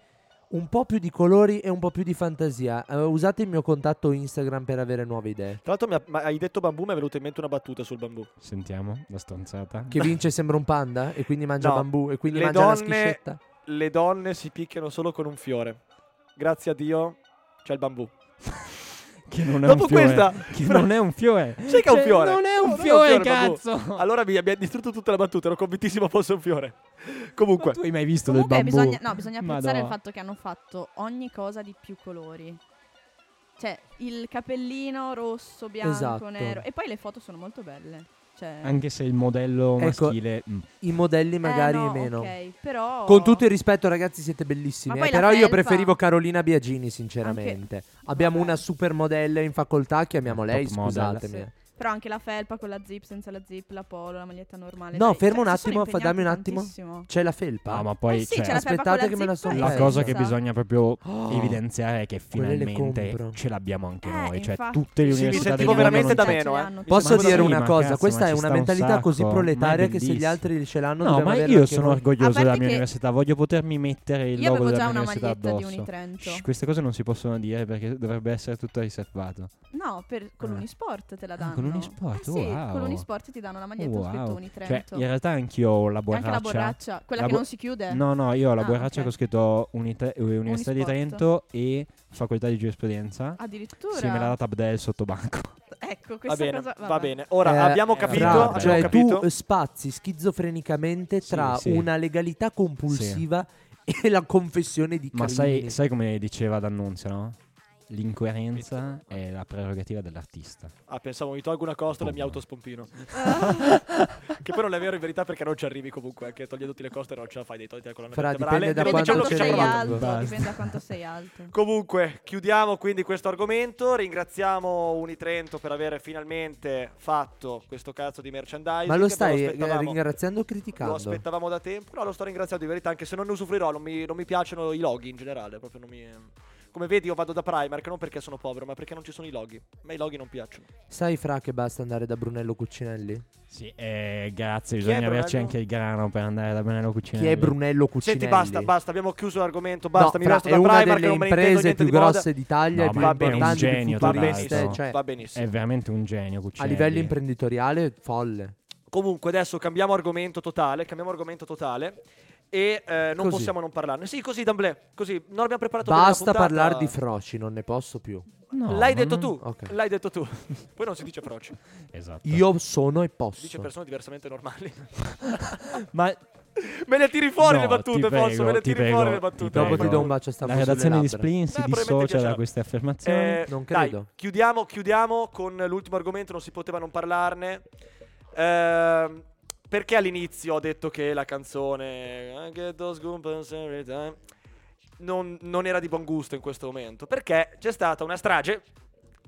[SPEAKER 2] Un po' più di colori e un po' più di fantasia. Eh, usate il mio contatto Instagram per avere nuove idee.
[SPEAKER 1] Tra l'altro mi ha- ma hai detto bambù, mi è venuta in mente una battuta sul bambù.
[SPEAKER 3] Sentiamo la stronzata.
[SPEAKER 2] Che vince sembra un panda e quindi mangia
[SPEAKER 1] No,
[SPEAKER 2] bambù e quindi
[SPEAKER 1] le
[SPEAKER 2] mangia la
[SPEAKER 1] donne-
[SPEAKER 2] schiscetta.
[SPEAKER 1] Le donne si picchiano solo con un fiore. Grazie a Dio c'è il bambù.
[SPEAKER 3] Che non è
[SPEAKER 1] Dopo
[SPEAKER 3] un fiore.
[SPEAKER 1] questa-
[SPEAKER 3] Che non è un fiore.
[SPEAKER 1] Sai che è un
[SPEAKER 3] Cioè,
[SPEAKER 1] fiore?
[SPEAKER 3] Non è
[SPEAKER 1] Non
[SPEAKER 3] un
[SPEAKER 1] è un
[SPEAKER 3] fiore,
[SPEAKER 1] fiore, babù.
[SPEAKER 3] cazzo.
[SPEAKER 1] Allora mi mi ha distrutto tutta la battuta, ero convintissimo fosse un fiore. Comunque,
[SPEAKER 3] Ma tu hai mai visto
[SPEAKER 4] Comunque
[SPEAKER 3] del bambù?
[SPEAKER 4] bisogna, no, bisogna apprezzare
[SPEAKER 3] Madonna.
[SPEAKER 4] il fatto che hanno fatto ogni cosa di più colori. Cioè, il cappellino rosso, bianco,
[SPEAKER 2] Esatto.
[SPEAKER 4] nero. E poi le foto sono molto belle. Cioè,
[SPEAKER 3] Anche se il modello
[SPEAKER 2] Ecco.
[SPEAKER 3] maschile mm,
[SPEAKER 2] I modelli
[SPEAKER 4] Eh,
[SPEAKER 2] magari
[SPEAKER 4] no,
[SPEAKER 2] meno.
[SPEAKER 4] ok, però...
[SPEAKER 2] Con tutto il rispetto, ragazzi, siete bellissimi.
[SPEAKER 4] Oh. Ma poi
[SPEAKER 2] eh,
[SPEAKER 4] la
[SPEAKER 2] però io
[SPEAKER 4] felpa-
[SPEAKER 2] preferivo Carolina Biagini, sinceramente. Abbiamo
[SPEAKER 4] vabbè.
[SPEAKER 2] una supermodella in facoltà, chiamiamo lei,
[SPEAKER 3] Top model.
[SPEAKER 2] scusatemi.
[SPEAKER 4] Sì. Però anche la felpa con la zip, senza la zip, la polo, la maglietta normale.
[SPEAKER 2] No,
[SPEAKER 4] cioè-
[SPEAKER 2] fermo
[SPEAKER 4] cioè,
[SPEAKER 2] un
[SPEAKER 4] si sono
[SPEAKER 2] attimo, fa- dammi un
[SPEAKER 4] impegnati
[SPEAKER 2] attimo.
[SPEAKER 4] tantissimo.
[SPEAKER 2] C'è la felpa.
[SPEAKER 3] No, ma poi
[SPEAKER 4] Eh sì,
[SPEAKER 3] cioè,
[SPEAKER 4] c'è la felpa
[SPEAKER 2] aspettate
[SPEAKER 4] con
[SPEAKER 2] che me la
[SPEAKER 4] zip Esatto.
[SPEAKER 2] sono
[SPEAKER 4] e
[SPEAKER 3] la
[SPEAKER 2] Eh,
[SPEAKER 3] cosa che
[SPEAKER 4] senza.
[SPEAKER 3] bisogna proprio
[SPEAKER 2] Oh.
[SPEAKER 3] evidenziare è che
[SPEAKER 2] Quelle le
[SPEAKER 3] finalmente
[SPEAKER 2] compro. ce
[SPEAKER 3] ce l'abbiamo anche
[SPEAKER 4] Eh,
[SPEAKER 3] noi, cioè
[SPEAKER 4] infatti.
[SPEAKER 3] tutte le
[SPEAKER 1] Sì, mi
[SPEAKER 3] università del
[SPEAKER 1] sentivo
[SPEAKER 3] mondo
[SPEAKER 1] veramente
[SPEAKER 3] non
[SPEAKER 1] da
[SPEAKER 3] ce-
[SPEAKER 1] meno, eh.
[SPEAKER 2] Posso
[SPEAKER 3] Ma sì,
[SPEAKER 2] dire una
[SPEAKER 3] ma
[SPEAKER 2] cosa,
[SPEAKER 3] cazzo,
[SPEAKER 2] questa
[SPEAKER 3] ma
[SPEAKER 2] è
[SPEAKER 3] ci
[SPEAKER 2] una
[SPEAKER 3] sta un
[SPEAKER 2] mentalità così
[SPEAKER 3] sacco. Ma è
[SPEAKER 2] proletaria che se gli
[SPEAKER 3] bellissimo.
[SPEAKER 2] altri ce l'hanno
[SPEAKER 3] No,
[SPEAKER 2] dobbiamo
[SPEAKER 3] ma
[SPEAKER 2] averla
[SPEAKER 3] io
[SPEAKER 2] anche
[SPEAKER 3] sono
[SPEAKER 2] noi.
[SPEAKER 4] A
[SPEAKER 3] orgoglioso
[SPEAKER 4] parte
[SPEAKER 3] della mia
[SPEAKER 4] che-
[SPEAKER 3] università, voglio potermi mettere il
[SPEAKER 4] Io
[SPEAKER 3] logo
[SPEAKER 4] avevo
[SPEAKER 3] della
[SPEAKER 4] già
[SPEAKER 3] mia
[SPEAKER 4] una
[SPEAKER 3] università
[SPEAKER 4] maglietta di
[SPEAKER 3] addosso.
[SPEAKER 4] Unitrento.
[SPEAKER 3] Shh, queste cose non si possono dire perché dovrebbe essere tutto riservato.
[SPEAKER 4] No, per- con
[SPEAKER 3] Ah.
[SPEAKER 4] l'Unisport te la
[SPEAKER 3] Ah,
[SPEAKER 4] danno.
[SPEAKER 3] con l'Unisport,
[SPEAKER 4] Eh sì,
[SPEAKER 3] wow.
[SPEAKER 4] con l'Unisport ti danno la maglietta con scritto
[SPEAKER 3] Wow. Cioè,
[SPEAKER 4] Unitrento.
[SPEAKER 3] in realtà anch'io ho la
[SPEAKER 4] E anche la
[SPEAKER 3] borraccia.
[SPEAKER 4] borraccia, quella
[SPEAKER 3] La
[SPEAKER 4] che
[SPEAKER 3] bo-
[SPEAKER 4] non si chiude.
[SPEAKER 3] No, no, io ho la
[SPEAKER 4] Ah,
[SPEAKER 3] borraccia
[SPEAKER 4] ok.
[SPEAKER 3] che ho scritto Unite- eh, Università di
[SPEAKER 4] Unisport.
[SPEAKER 3] Trento e Facoltà di Giurisprudenza.
[SPEAKER 4] Addirittura.
[SPEAKER 3] Sì, me l'ha data Abdel sotto banco.
[SPEAKER 4] Ecco. Ecco,
[SPEAKER 1] Va
[SPEAKER 4] questa
[SPEAKER 1] bene,
[SPEAKER 4] cosa...
[SPEAKER 1] va
[SPEAKER 4] vabbè.
[SPEAKER 1] bene. Ora
[SPEAKER 2] Eh,
[SPEAKER 1] abbiamo
[SPEAKER 3] fra-
[SPEAKER 1] capito,
[SPEAKER 2] Fra,
[SPEAKER 1] abbiamo
[SPEAKER 2] cioè,
[SPEAKER 1] capito.
[SPEAKER 2] tu eh, spazi schizofrenicamente
[SPEAKER 3] Sì,
[SPEAKER 2] tra
[SPEAKER 3] sì.
[SPEAKER 2] una legalità compulsiva e la confessione di
[SPEAKER 3] Ma sai,
[SPEAKER 2] crimini.
[SPEAKER 3] sai come diceva D'Annunzio, no? L'incoerenza è la prerogativa dell'artista.
[SPEAKER 1] Ah, pensavo mi tolgo una costola e mi autospompino. che poi non è vero in verità perché non ci arrivi comunque, anche togliendoti le costole non ce la fai, devi togliere la colonna
[SPEAKER 2] Fra,
[SPEAKER 1] vertebrale.
[SPEAKER 2] dipende da
[SPEAKER 1] Però
[SPEAKER 4] Dipende
[SPEAKER 1] diciamo
[SPEAKER 2] quanto
[SPEAKER 4] da
[SPEAKER 1] che
[SPEAKER 4] quanto
[SPEAKER 1] ci
[SPEAKER 2] c'è
[SPEAKER 1] hai
[SPEAKER 4] sei
[SPEAKER 1] provato.
[SPEAKER 2] la-
[SPEAKER 4] alto,
[SPEAKER 3] Basta.
[SPEAKER 4] dipende da quanto sei alto.
[SPEAKER 1] Comunque, chiudiamo quindi questo argomento. Ringraziamo Unitrento per aver finalmente fatto questo cazzo di merchandising.
[SPEAKER 2] Ma
[SPEAKER 1] che
[SPEAKER 2] lo
[SPEAKER 1] ve
[SPEAKER 2] stai eh,
[SPEAKER 1] aspettavamo-
[SPEAKER 2] ringraziando o
[SPEAKER 1] Lo
[SPEAKER 2] criticando?
[SPEAKER 1] aspettavamo da tempo. No, lo sto ringraziando di verità, anche se non ne usufruirò, non mi, non mi piacciono i loghi in generale. Proprio non mi. Come vedi, io vado da Primark non perché sono povero, ma perché non ci sono i loghi. Ma i loghi non piacciono.
[SPEAKER 2] Sai, Fra, che basta andare da Brunello Cuccinelli?
[SPEAKER 3] Sì, eh, grazie.
[SPEAKER 1] Chi è
[SPEAKER 3] Bisogna averci
[SPEAKER 1] Brunello?
[SPEAKER 3] anche il grano per andare da Brunello Cucinelli.
[SPEAKER 2] Chi è Brunello Cuccinelli?
[SPEAKER 1] Senti, basta, basta, abbiamo chiuso l'argomento. Basta,
[SPEAKER 2] No,
[SPEAKER 1] mi
[SPEAKER 2] Fra,
[SPEAKER 1] resto
[SPEAKER 2] è
[SPEAKER 1] da
[SPEAKER 2] una
[SPEAKER 1] Primark.
[SPEAKER 2] delle
[SPEAKER 1] non me ne intendo
[SPEAKER 2] imprese
[SPEAKER 1] niente
[SPEAKER 2] più
[SPEAKER 1] di moda.
[SPEAKER 2] grosse d'italia
[SPEAKER 3] No,
[SPEAKER 2] e più
[SPEAKER 1] ma è un
[SPEAKER 2] importanti, più
[SPEAKER 1] Va
[SPEAKER 3] genio, tra
[SPEAKER 2] futuriste,
[SPEAKER 1] benissimo,
[SPEAKER 3] l'altro.
[SPEAKER 2] cioè,
[SPEAKER 1] va benissimo.
[SPEAKER 3] È veramente un genio
[SPEAKER 2] a
[SPEAKER 3] Cucinelli.
[SPEAKER 2] livello imprenditoriale folle.
[SPEAKER 1] Comunque, adesso cambiamo argomento totale. Cambiamo argomento totale. E eh, non
[SPEAKER 2] Così.
[SPEAKER 1] possiamo non parlarne. Sì, così, D'Amblè. Così, non abbiamo preparato bene la
[SPEAKER 2] Basta
[SPEAKER 1] puntata.
[SPEAKER 2] parlare di froci, non ne posso più.
[SPEAKER 3] No,
[SPEAKER 1] L'hai
[SPEAKER 3] ma
[SPEAKER 1] detto
[SPEAKER 3] non-
[SPEAKER 1] tu.
[SPEAKER 2] ok.
[SPEAKER 1] L'hai detto tu. Poi non si dice proci. Si
[SPEAKER 3] Esatto.
[SPEAKER 2] Io sono e
[SPEAKER 1] dice
[SPEAKER 2] posso.
[SPEAKER 1] persone diversamente normali.
[SPEAKER 3] Ma
[SPEAKER 1] me le tiri fuori
[SPEAKER 3] No,
[SPEAKER 1] le battute,
[SPEAKER 3] ti
[SPEAKER 1] Fosso. Me
[SPEAKER 3] prego,
[SPEAKER 1] le
[SPEAKER 3] ti
[SPEAKER 1] tiri
[SPEAKER 3] prego,
[SPEAKER 1] fuori le
[SPEAKER 3] ti
[SPEAKER 1] battute.
[SPEAKER 2] Dopo
[SPEAKER 3] prego.
[SPEAKER 2] ti do un bacio a stampo
[SPEAKER 3] la
[SPEAKER 2] sulle
[SPEAKER 3] redazione di
[SPEAKER 2] labbra.
[SPEAKER 3] Splin
[SPEAKER 1] Beh,
[SPEAKER 3] si
[SPEAKER 1] Eh, probabilmente
[SPEAKER 3] dissocia
[SPEAKER 1] piacerà.
[SPEAKER 3] da queste affermazioni.
[SPEAKER 1] Eh,
[SPEAKER 2] Non
[SPEAKER 1] dai,
[SPEAKER 2] credo.
[SPEAKER 1] chiudiamo, chiudiamo con l'ultimo argomento, non si poteva non parlarne. Ehm, perché all'inizio ho detto che la canzone eh, Get those goosebumps every time non, non era di buon gusto in questo momento? Perché c'è stata una strage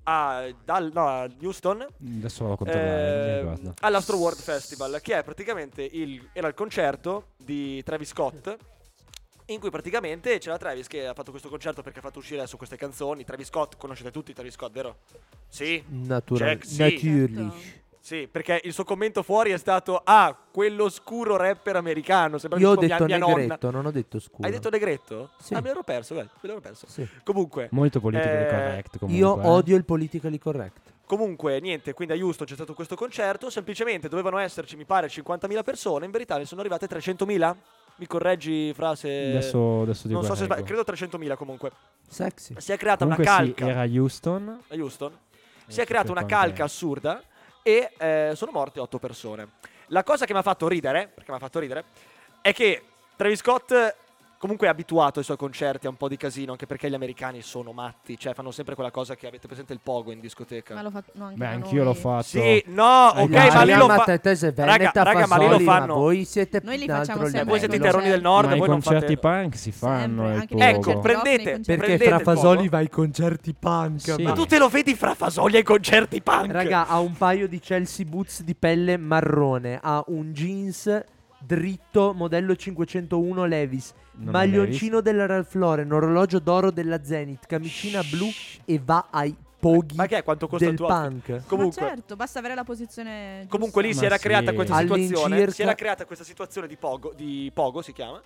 [SPEAKER 1] a, dal- no, a Houston
[SPEAKER 3] Adesso vado a controllare. non mi
[SPEAKER 1] ehm,
[SPEAKER 3] ricordo.
[SPEAKER 1] all'Astro World Festival, che è praticamente il, era il concerto di Travis Scott. In cui praticamente c'era Travis che ha fatto questo concerto perché ha fatto uscire adesso queste canzoni. Travis Scott, conoscete tutti Travis Scott, vero? Sì,
[SPEAKER 2] Natural-
[SPEAKER 1] Jack, sì.
[SPEAKER 2] Natürlich.
[SPEAKER 1] sì, perché il suo commento fuori è stato Ah, quell'oscuro rapper americano. Sembra
[SPEAKER 2] Io ho
[SPEAKER 1] tipo
[SPEAKER 2] detto
[SPEAKER 1] mia, mia nonna.
[SPEAKER 2] negretto, non ho detto scusa.
[SPEAKER 1] Hai detto Negretto?
[SPEAKER 2] Sì.
[SPEAKER 1] Ah, me l'ero perso, guarda, me l'ero perso.
[SPEAKER 2] Sì.
[SPEAKER 1] Comunque,
[SPEAKER 3] Molto politically
[SPEAKER 1] eh,
[SPEAKER 3] correct. Comunque,
[SPEAKER 2] Io
[SPEAKER 3] eh.
[SPEAKER 2] odio il politically correct.
[SPEAKER 1] Comunque, niente, quindi a Houston c'è stato questo concerto, semplicemente dovevano esserci, mi pare, 50.000 persone, in verità ne sono arrivate 300.000? Mi correggi, fra se...
[SPEAKER 3] Adesso, adesso ti
[SPEAKER 1] non so se sbaglio,
[SPEAKER 3] correggo.
[SPEAKER 1] credo 300.000 comunque.
[SPEAKER 2] Sexy.
[SPEAKER 1] Si è creata
[SPEAKER 3] Comunque
[SPEAKER 1] una
[SPEAKER 3] sì,
[SPEAKER 1] calca
[SPEAKER 3] era Eh, Houston.
[SPEAKER 1] a Houston, si
[SPEAKER 3] so
[SPEAKER 1] è creata
[SPEAKER 3] più
[SPEAKER 1] una
[SPEAKER 3] quante-
[SPEAKER 1] calca assurda e eh, sono morte 8 persone. La cosa che mi ha fatto ridere, perché mi ha fatto ridere, è che Travis Scott comunque è abituato ai suoi concerti a un po' di casino, anche perché gli americani sono matti, cioè fanno sempre quella cosa che avete presente il pogo in discoteca.
[SPEAKER 4] Ma lo fa no, anche
[SPEAKER 3] Beh,
[SPEAKER 4] da
[SPEAKER 3] anch'io l'ho
[SPEAKER 4] noi.
[SPEAKER 3] fatto.
[SPEAKER 1] Sì,
[SPEAKER 2] Esatto.
[SPEAKER 1] no,
[SPEAKER 3] Eh,
[SPEAKER 1] ok,
[SPEAKER 3] dai,
[SPEAKER 1] ma lì lo
[SPEAKER 2] chiama
[SPEAKER 1] fa...
[SPEAKER 2] te, te sei
[SPEAKER 1] Raga,
[SPEAKER 2] Veneta,
[SPEAKER 1] raga, ma lì lo
[SPEAKER 2] Fasoli,
[SPEAKER 1] fanno.
[SPEAKER 2] voi siete
[SPEAKER 4] Noi li
[SPEAKER 2] un altro
[SPEAKER 4] facciamo sempre.
[SPEAKER 1] Eh,
[SPEAKER 2] livello.
[SPEAKER 1] voi siete i
[SPEAKER 4] Bello.
[SPEAKER 1] terroni del nord,
[SPEAKER 3] ma i
[SPEAKER 1] voi non
[SPEAKER 3] concerti
[SPEAKER 1] fate...
[SPEAKER 3] punk si fanno.
[SPEAKER 4] Sempre,
[SPEAKER 3] il
[SPEAKER 4] anche nei
[SPEAKER 1] Ecco,
[SPEAKER 4] concerti
[SPEAKER 1] pre-
[SPEAKER 3] pogo.
[SPEAKER 1] prendete-
[SPEAKER 4] off, nei concerti-
[SPEAKER 2] Perché
[SPEAKER 1] Prendete
[SPEAKER 2] fra
[SPEAKER 1] il pogo.
[SPEAKER 2] Fasoli va ai concerti punk.
[SPEAKER 3] Sì.
[SPEAKER 1] Ma
[SPEAKER 2] ma-
[SPEAKER 1] tu te lo vedi fra Fasoglia ai concerti punk?
[SPEAKER 2] Raga, ha un paio di Chelsea boots di pelle marrone, ha un jeans dritto modello 501 Levis,
[SPEAKER 3] Non
[SPEAKER 1] Ecco,
[SPEAKER 3] è
[SPEAKER 2] maglioncino della Ralph Lauren, orologio d'oro della Zenith, camicina blu e va ai poghi
[SPEAKER 1] Ma che è quanto costa
[SPEAKER 2] del
[SPEAKER 1] il tuo outfit?
[SPEAKER 2] punk.
[SPEAKER 1] Comunque,
[SPEAKER 4] Ma certo, basta avere la posizione giusta.
[SPEAKER 1] comunque lì si
[SPEAKER 3] Ma
[SPEAKER 1] era
[SPEAKER 3] sì.
[SPEAKER 1] creata questa situazione.
[SPEAKER 2] All'incirca-
[SPEAKER 1] Si era creata questa situazione di pogo, di pogo si chiama.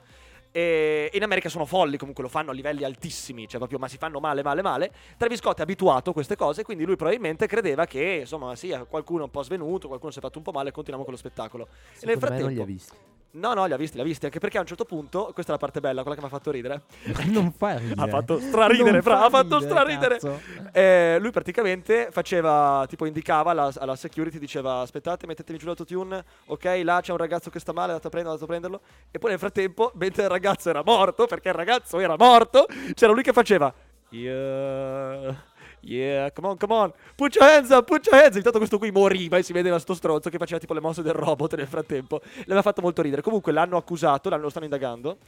[SPEAKER 1] E in America sono folli, comunque lo fanno a livelli altissimi, cioè proprio, ma si fanno male, male, male. Travis Scott è abituato a queste cose, quindi lui probabilmente credeva che, insomma, sia qualcuno è un po' svenuto, qualcuno si è fatto un po' male, continuiamo con lo spettacolo. E nel
[SPEAKER 2] Secondo me non li
[SPEAKER 1] frattempo,
[SPEAKER 2] ha visti.
[SPEAKER 1] no, no, li ha visti, li ha visti, anche perché a un certo punto, questa è la parte bella, quella che mi ha fatto ridere.
[SPEAKER 3] non fa ridere.
[SPEAKER 1] Ha fatto straridere,
[SPEAKER 3] Non
[SPEAKER 1] fra,
[SPEAKER 3] fa
[SPEAKER 1] ha fatto
[SPEAKER 3] ridere,
[SPEAKER 1] straridere.
[SPEAKER 3] cazzo.
[SPEAKER 1] Eh, lui praticamente faceva, tipo indicava alla, alla security, diceva aspettate, mettetemi giù l'autotune, ok, là c'è un ragazzo che sta male, andate a prenderlo, andate a prenderlo. E poi nel frattempo, mentre il ragazzo era morto, perché il ragazzo era morto, c'era lui che faceva... Yeah... Yeah, come on, come on. Put your hands up, put your hands up. Intanto questo qui moriva e si vedeva sto stronzo che faceva tipo le mosse del robot nel frattempo. L'aveva fatto molto ridere. Comunque l'hanno accusato, l'hanno- lo stanno indagando.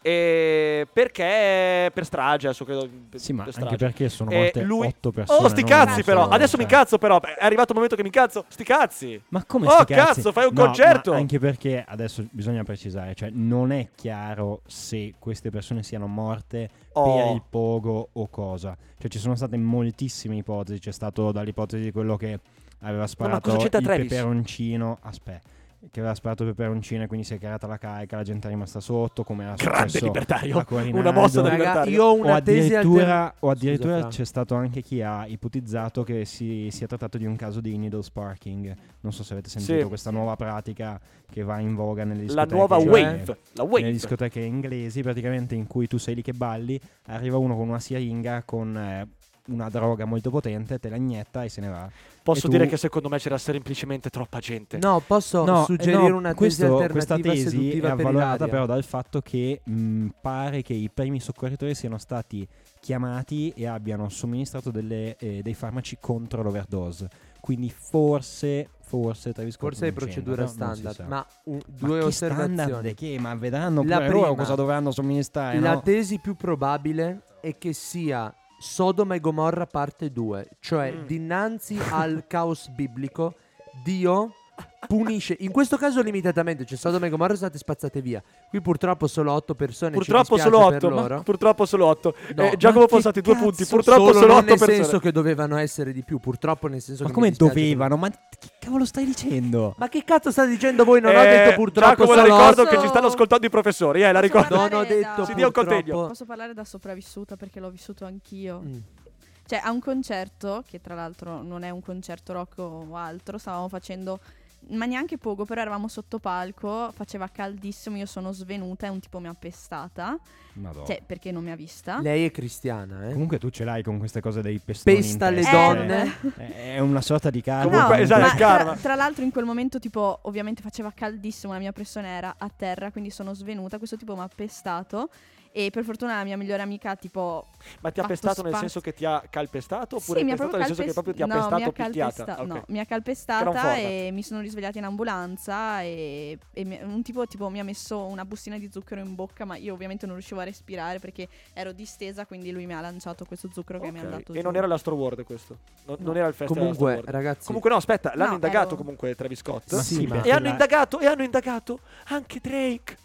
[SPEAKER 1] E perché per strage, adesso credo. per-
[SPEAKER 3] Sì, ma
[SPEAKER 1] per
[SPEAKER 3] anche
[SPEAKER 1] strage.
[SPEAKER 3] perché sono
[SPEAKER 1] Eh,
[SPEAKER 3] morte
[SPEAKER 1] lui-
[SPEAKER 3] 8 persone.
[SPEAKER 1] Oh, sti
[SPEAKER 3] non
[SPEAKER 1] cazzi
[SPEAKER 3] uno
[SPEAKER 1] però.
[SPEAKER 3] solo,
[SPEAKER 1] Adesso mi
[SPEAKER 3] cioè.
[SPEAKER 1] incazzo però. È arrivato il momento che mi incazzo. Sti cazzi.
[SPEAKER 3] Ma come
[SPEAKER 1] Oh,
[SPEAKER 3] sti cazzi?
[SPEAKER 1] cazzo, fai un
[SPEAKER 3] No, ma
[SPEAKER 1] concerto!
[SPEAKER 3] Anche perché adesso bisogna precisare, cioè non è chiaro se queste persone siano morte per
[SPEAKER 1] Oh.
[SPEAKER 3] il pogo o cosa. Cioè ci sono state moltissime ipotesi, c'è stato dall'ipotesi di quello che aveva sparato
[SPEAKER 1] cosa
[SPEAKER 3] il
[SPEAKER 1] c'entra Travis?
[SPEAKER 3] peperoncino, aspetta, che aveva sparato il peperoncino e quindi si è creata la carica, la gente è rimasta sotto, come era
[SPEAKER 1] Grande
[SPEAKER 3] successo
[SPEAKER 1] libertario.
[SPEAKER 3] a Corinaldo.
[SPEAKER 1] Una mossa da
[SPEAKER 2] Raga,
[SPEAKER 1] libertario.
[SPEAKER 2] io ho
[SPEAKER 3] O
[SPEAKER 2] una tesi
[SPEAKER 3] addirittura,
[SPEAKER 2] alterna-
[SPEAKER 3] o addirittura
[SPEAKER 2] Scusa, Fra.
[SPEAKER 3] c'è stato anche chi ha ipotizzato che si sia trattato di un caso di needle sparking. Non so se avete sentito
[SPEAKER 1] Sì.
[SPEAKER 3] questa nuova pratica che va in voga nelle
[SPEAKER 1] La
[SPEAKER 3] discoteche.
[SPEAKER 1] nuova
[SPEAKER 3] cioè,
[SPEAKER 1] wave. La
[SPEAKER 3] Nelle
[SPEAKER 1] wave.
[SPEAKER 3] discoteche inglesi, praticamente in cui tu sei lì che balli, arriva uno con una siringa con eh, una droga molto potente, te la inietta e se ne va.
[SPEAKER 1] Posso
[SPEAKER 3] tu-
[SPEAKER 1] dire che secondo me c'era semplicemente troppa gente.
[SPEAKER 2] No, posso
[SPEAKER 3] No,
[SPEAKER 2] suggerire
[SPEAKER 3] eh no,
[SPEAKER 2] una tesi
[SPEAKER 3] questo-
[SPEAKER 2] alternativa
[SPEAKER 3] questa tesi è
[SPEAKER 2] seduttiva per
[SPEAKER 3] avvalorata
[SPEAKER 2] Ilaria.
[SPEAKER 3] però dal fatto che mh, pare che i primi soccorritori siano stati chiamati e abbiano somministrato delle, eh, dei farmaci contro l'overdose. Quindi forse, forse, tra virgolette,
[SPEAKER 2] Forse è
[SPEAKER 3] non c'entra,
[SPEAKER 2] procedura
[SPEAKER 3] però non si
[SPEAKER 2] standard,
[SPEAKER 3] sa.
[SPEAKER 2] ma un-
[SPEAKER 3] Ma
[SPEAKER 2] due
[SPEAKER 3] che standard
[SPEAKER 2] osservazioni.
[SPEAKER 3] è che? Ma vedranno
[SPEAKER 2] La
[SPEAKER 3] pure loro
[SPEAKER 2] prima.
[SPEAKER 3] cosa dovranno somministrare,
[SPEAKER 2] La
[SPEAKER 3] no?
[SPEAKER 2] tesi più probabile è che sia Sodoma e Gomorra parte 2, cioè
[SPEAKER 1] Mm.
[SPEAKER 2] dinanzi al caos biblico Dio punisce, in questo caso limitatamente, cioè Sodoma e Gomorra sono state spazzate via. Qui purtroppo solo 8 persone, ci
[SPEAKER 1] Purtroppo
[SPEAKER 2] dispiace
[SPEAKER 1] solo
[SPEAKER 2] per
[SPEAKER 1] 8.
[SPEAKER 2] loro.
[SPEAKER 1] purtroppo solo 8.
[SPEAKER 2] No, ma
[SPEAKER 1] eh, Giacomo
[SPEAKER 3] che
[SPEAKER 1] Fossati, due
[SPEAKER 3] cazzo
[SPEAKER 1] punti. Purtroppo
[SPEAKER 2] solo
[SPEAKER 1] solo
[SPEAKER 2] non
[SPEAKER 1] 8
[SPEAKER 2] nel
[SPEAKER 1] persone.
[SPEAKER 2] senso che dovevano essere di più, purtroppo nel senso
[SPEAKER 3] Ma
[SPEAKER 2] che
[SPEAKER 3] come
[SPEAKER 2] mi dispiace per-
[SPEAKER 3] dovevano? Ma che cavolo stai dicendo?
[SPEAKER 2] Ma che cazzo state dicendo voi? Non ho
[SPEAKER 1] Eh,
[SPEAKER 2] detto purtroppo
[SPEAKER 1] Giacomo, la
[SPEAKER 2] solo
[SPEAKER 1] ricordo
[SPEAKER 4] otto.
[SPEAKER 1] che ci stanno ascoltando i professori. Eh, la
[SPEAKER 4] Posso
[SPEAKER 1] ricordo.
[SPEAKER 4] parlare
[SPEAKER 2] Non ho
[SPEAKER 4] da-
[SPEAKER 2] detto
[SPEAKER 4] Si
[SPEAKER 1] dia un
[SPEAKER 2] purtroppo-
[SPEAKER 1] contegno.
[SPEAKER 4] Posso parlare da sopravvissuta perché l'ho vissuto anch'io.
[SPEAKER 2] Mm.
[SPEAKER 4] Cioè, a un concerto, che tra l'altro non è un concerto rock o altro, stavamo facendo. Ma neanche poco, però eravamo sotto palco, faceva caldissimo, io sono svenuta e un tipo mi ha pestata.
[SPEAKER 3] Madonna.
[SPEAKER 4] Cioè, perché non mi ha
[SPEAKER 3] Ah?
[SPEAKER 4] vista.
[SPEAKER 2] Lei è cristiana, eh?
[SPEAKER 3] Comunque tu ce l'hai con queste cose dei pestoni in
[SPEAKER 2] Pesta le
[SPEAKER 3] testa,
[SPEAKER 2] donne.
[SPEAKER 3] cioè, È è una sorta di karma.
[SPEAKER 1] Comunque,
[SPEAKER 4] no,
[SPEAKER 1] esatto,
[SPEAKER 4] Eh, ma
[SPEAKER 1] il karma.
[SPEAKER 4] tra, tra l'altro in quel momento tipo ovviamente faceva caldissimo, la mia pressione era a terra, quindi sono svenuta, questo tipo mi ha pestato e per fortuna la mia migliore amica tipo
[SPEAKER 1] Ma ti ha
[SPEAKER 4] fatto
[SPEAKER 1] pestato nel
[SPEAKER 4] spazio.
[SPEAKER 1] senso che ti ha calpestato? Oppure
[SPEAKER 4] sì, mi ha
[SPEAKER 1] pestato
[SPEAKER 4] proprio
[SPEAKER 1] nel senso che
[SPEAKER 4] calpestata.
[SPEAKER 1] proprio ti ha
[SPEAKER 4] no, mi
[SPEAKER 1] pestato
[SPEAKER 4] ha
[SPEAKER 1] picchiata?
[SPEAKER 4] calpesta-
[SPEAKER 1] Ok.
[SPEAKER 4] no, mi
[SPEAKER 1] Era
[SPEAKER 4] ha
[SPEAKER 1] un
[SPEAKER 4] calpestata
[SPEAKER 1] format.
[SPEAKER 4] e mi sono risvegliata in ambulanza e, e mi- un tipo, tipo mi ha messo una bustina di zucchero in bocca, ma io ovviamente non riuscivo a respirare perché ero distesa, quindi lui mi ha lanciato questo zucchero che mi ha
[SPEAKER 1] Ok.
[SPEAKER 4] dato
[SPEAKER 1] E non era l'Astroworld questo. No- Non era il festival
[SPEAKER 2] Comunque,
[SPEAKER 1] dell'Astroworld.
[SPEAKER 2] ragazzi,
[SPEAKER 1] Comunque no, aspetta, l'hanno
[SPEAKER 4] No,
[SPEAKER 1] indagato
[SPEAKER 4] ero-
[SPEAKER 1] comunque Travis Scott.
[SPEAKER 3] Ma
[SPEAKER 2] Sì,
[SPEAKER 3] sì,
[SPEAKER 2] ma-
[SPEAKER 3] perché
[SPEAKER 1] E hanno
[SPEAKER 3] la-
[SPEAKER 1] indagato, e hanno indagato anche Drake.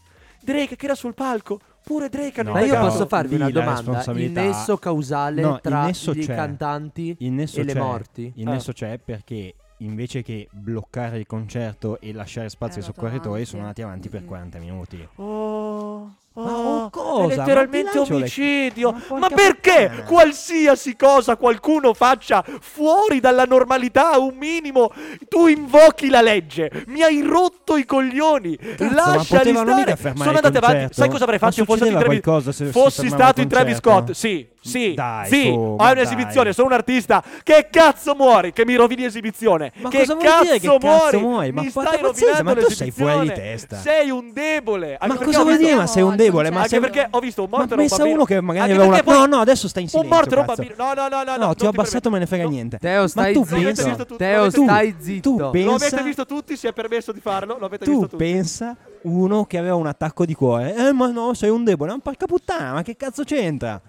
[SPEAKER 1] Drake che era sul palco. Pure Drake hanno
[SPEAKER 3] No,
[SPEAKER 2] ma io
[SPEAKER 3] però
[SPEAKER 1] indagato.
[SPEAKER 2] posso farvi
[SPEAKER 3] lì
[SPEAKER 2] una
[SPEAKER 3] la
[SPEAKER 2] domanda: il
[SPEAKER 3] responsabilità-
[SPEAKER 2] nesso causale
[SPEAKER 3] No, il
[SPEAKER 2] tra
[SPEAKER 3] nesso
[SPEAKER 2] i
[SPEAKER 3] c'è.
[SPEAKER 2] cantanti
[SPEAKER 3] Il nesso
[SPEAKER 2] e le
[SPEAKER 3] c'è.
[SPEAKER 2] morti?
[SPEAKER 3] Il
[SPEAKER 1] Ah.
[SPEAKER 3] nesso c'è perché invece che bloccare il concerto e lasciare spazio ai
[SPEAKER 4] È andato
[SPEAKER 3] soccorritori,
[SPEAKER 4] avanti.
[SPEAKER 3] sono andati avanti per
[SPEAKER 4] Mm.
[SPEAKER 3] 40 minuti.
[SPEAKER 1] Oh,
[SPEAKER 3] Ma
[SPEAKER 1] oh,
[SPEAKER 3] oh, cosa?
[SPEAKER 1] È
[SPEAKER 3] Ma
[SPEAKER 1] letteralmente
[SPEAKER 3] ti lancio le-
[SPEAKER 1] omicidio.
[SPEAKER 3] Ma
[SPEAKER 1] Ma,
[SPEAKER 3] porca
[SPEAKER 1] perché
[SPEAKER 3] puttana.
[SPEAKER 1] qualsiasi cosa qualcuno faccia fuori dalla normalità, un minimo, tu invochi la legge. Mi hai rotto i coglioni.
[SPEAKER 3] Cazzo,
[SPEAKER 1] Lasciali
[SPEAKER 3] ma potevano
[SPEAKER 1] stare.
[SPEAKER 3] mica fermare
[SPEAKER 1] Sono
[SPEAKER 3] il
[SPEAKER 1] andate avanti.
[SPEAKER 3] concerto?
[SPEAKER 1] Sai cosa avrei
[SPEAKER 3] Ma
[SPEAKER 1] fatto? Io fossi
[SPEAKER 3] succedeva
[SPEAKER 1] stato in Travis-
[SPEAKER 3] qualcosa se si
[SPEAKER 1] fossi
[SPEAKER 3] fermava il
[SPEAKER 1] stato in Travis Scott.
[SPEAKER 3] concerto?
[SPEAKER 1] Sì, sì,
[SPEAKER 3] Dai,
[SPEAKER 1] sì.
[SPEAKER 3] su, ma
[SPEAKER 1] Hai
[SPEAKER 3] dai.
[SPEAKER 1] un'esibizione, sono un artista. Che cazzo muori? Che mi rovini esibizione.
[SPEAKER 3] Ma
[SPEAKER 1] che
[SPEAKER 3] cosa vuol
[SPEAKER 1] cazzo
[SPEAKER 3] dire che
[SPEAKER 1] muori?
[SPEAKER 3] cazzo muori? Ma
[SPEAKER 1] mi
[SPEAKER 3] quanta
[SPEAKER 1] stai
[SPEAKER 3] pazienza,
[SPEAKER 1] rovinando
[SPEAKER 3] ma tu sei fuori di
[SPEAKER 1] l'esibizione.
[SPEAKER 3] testa.
[SPEAKER 1] Sei un debole. Anche
[SPEAKER 3] Ma
[SPEAKER 1] perché
[SPEAKER 3] cosa
[SPEAKER 1] ho
[SPEAKER 3] vuol
[SPEAKER 1] visto-
[SPEAKER 3] dire? Ma sei un debole, ma
[SPEAKER 4] Anche
[SPEAKER 1] anche
[SPEAKER 3] sei...
[SPEAKER 1] perché ho visto un
[SPEAKER 3] Ma
[SPEAKER 1] morto e un
[SPEAKER 3] pensa
[SPEAKER 1] bambino.
[SPEAKER 3] uno che magari
[SPEAKER 1] Anche
[SPEAKER 3] aveva una...
[SPEAKER 1] perché poi-
[SPEAKER 3] No, no, adesso stai in silenzio,
[SPEAKER 1] un morto era un
[SPEAKER 3] cazzo.
[SPEAKER 1] bambino. No, no, no, no.
[SPEAKER 3] No,
[SPEAKER 1] non
[SPEAKER 3] ti ho
[SPEAKER 1] ti
[SPEAKER 3] abbassato, me ne
[SPEAKER 1] permette.
[SPEAKER 3] frega
[SPEAKER 1] No.
[SPEAKER 3] niente.
[SPEAKER 2] Teo,
[SPEAKER 3] Ma
[SPEAKER 2] stai
[SPEAKER 3] tu
[SPEAKER 1] Lo avete
[SPEAKER 3] pensa...
[SPEAKER 1] visto
[SPEAKER 2] zitto.
[SPEAKER 1] tutti,
[SPEAKER 2] Teo,
[SPEAKER 1] l'avete visto
[SPEAKER 2] stai
[SPEAKER 3] tutti.
[SPEAKER 2] zitto.
[SPEAKER 3] Tu
[SPEAKER 1] Lo
[SPEAKER 3] pensa-
[SPEAKER 1] avete visto tutti, si è permesso di farlo. Lo avete
[SPEAKER 3] Tu
[SPEAKER 1] visto tutti.
[SPEAKER 3] pensa uno che aveva un attacco di cuore. Eh, ma no, sei un debole. Ma porca puttana, ma che cazzo c'entra?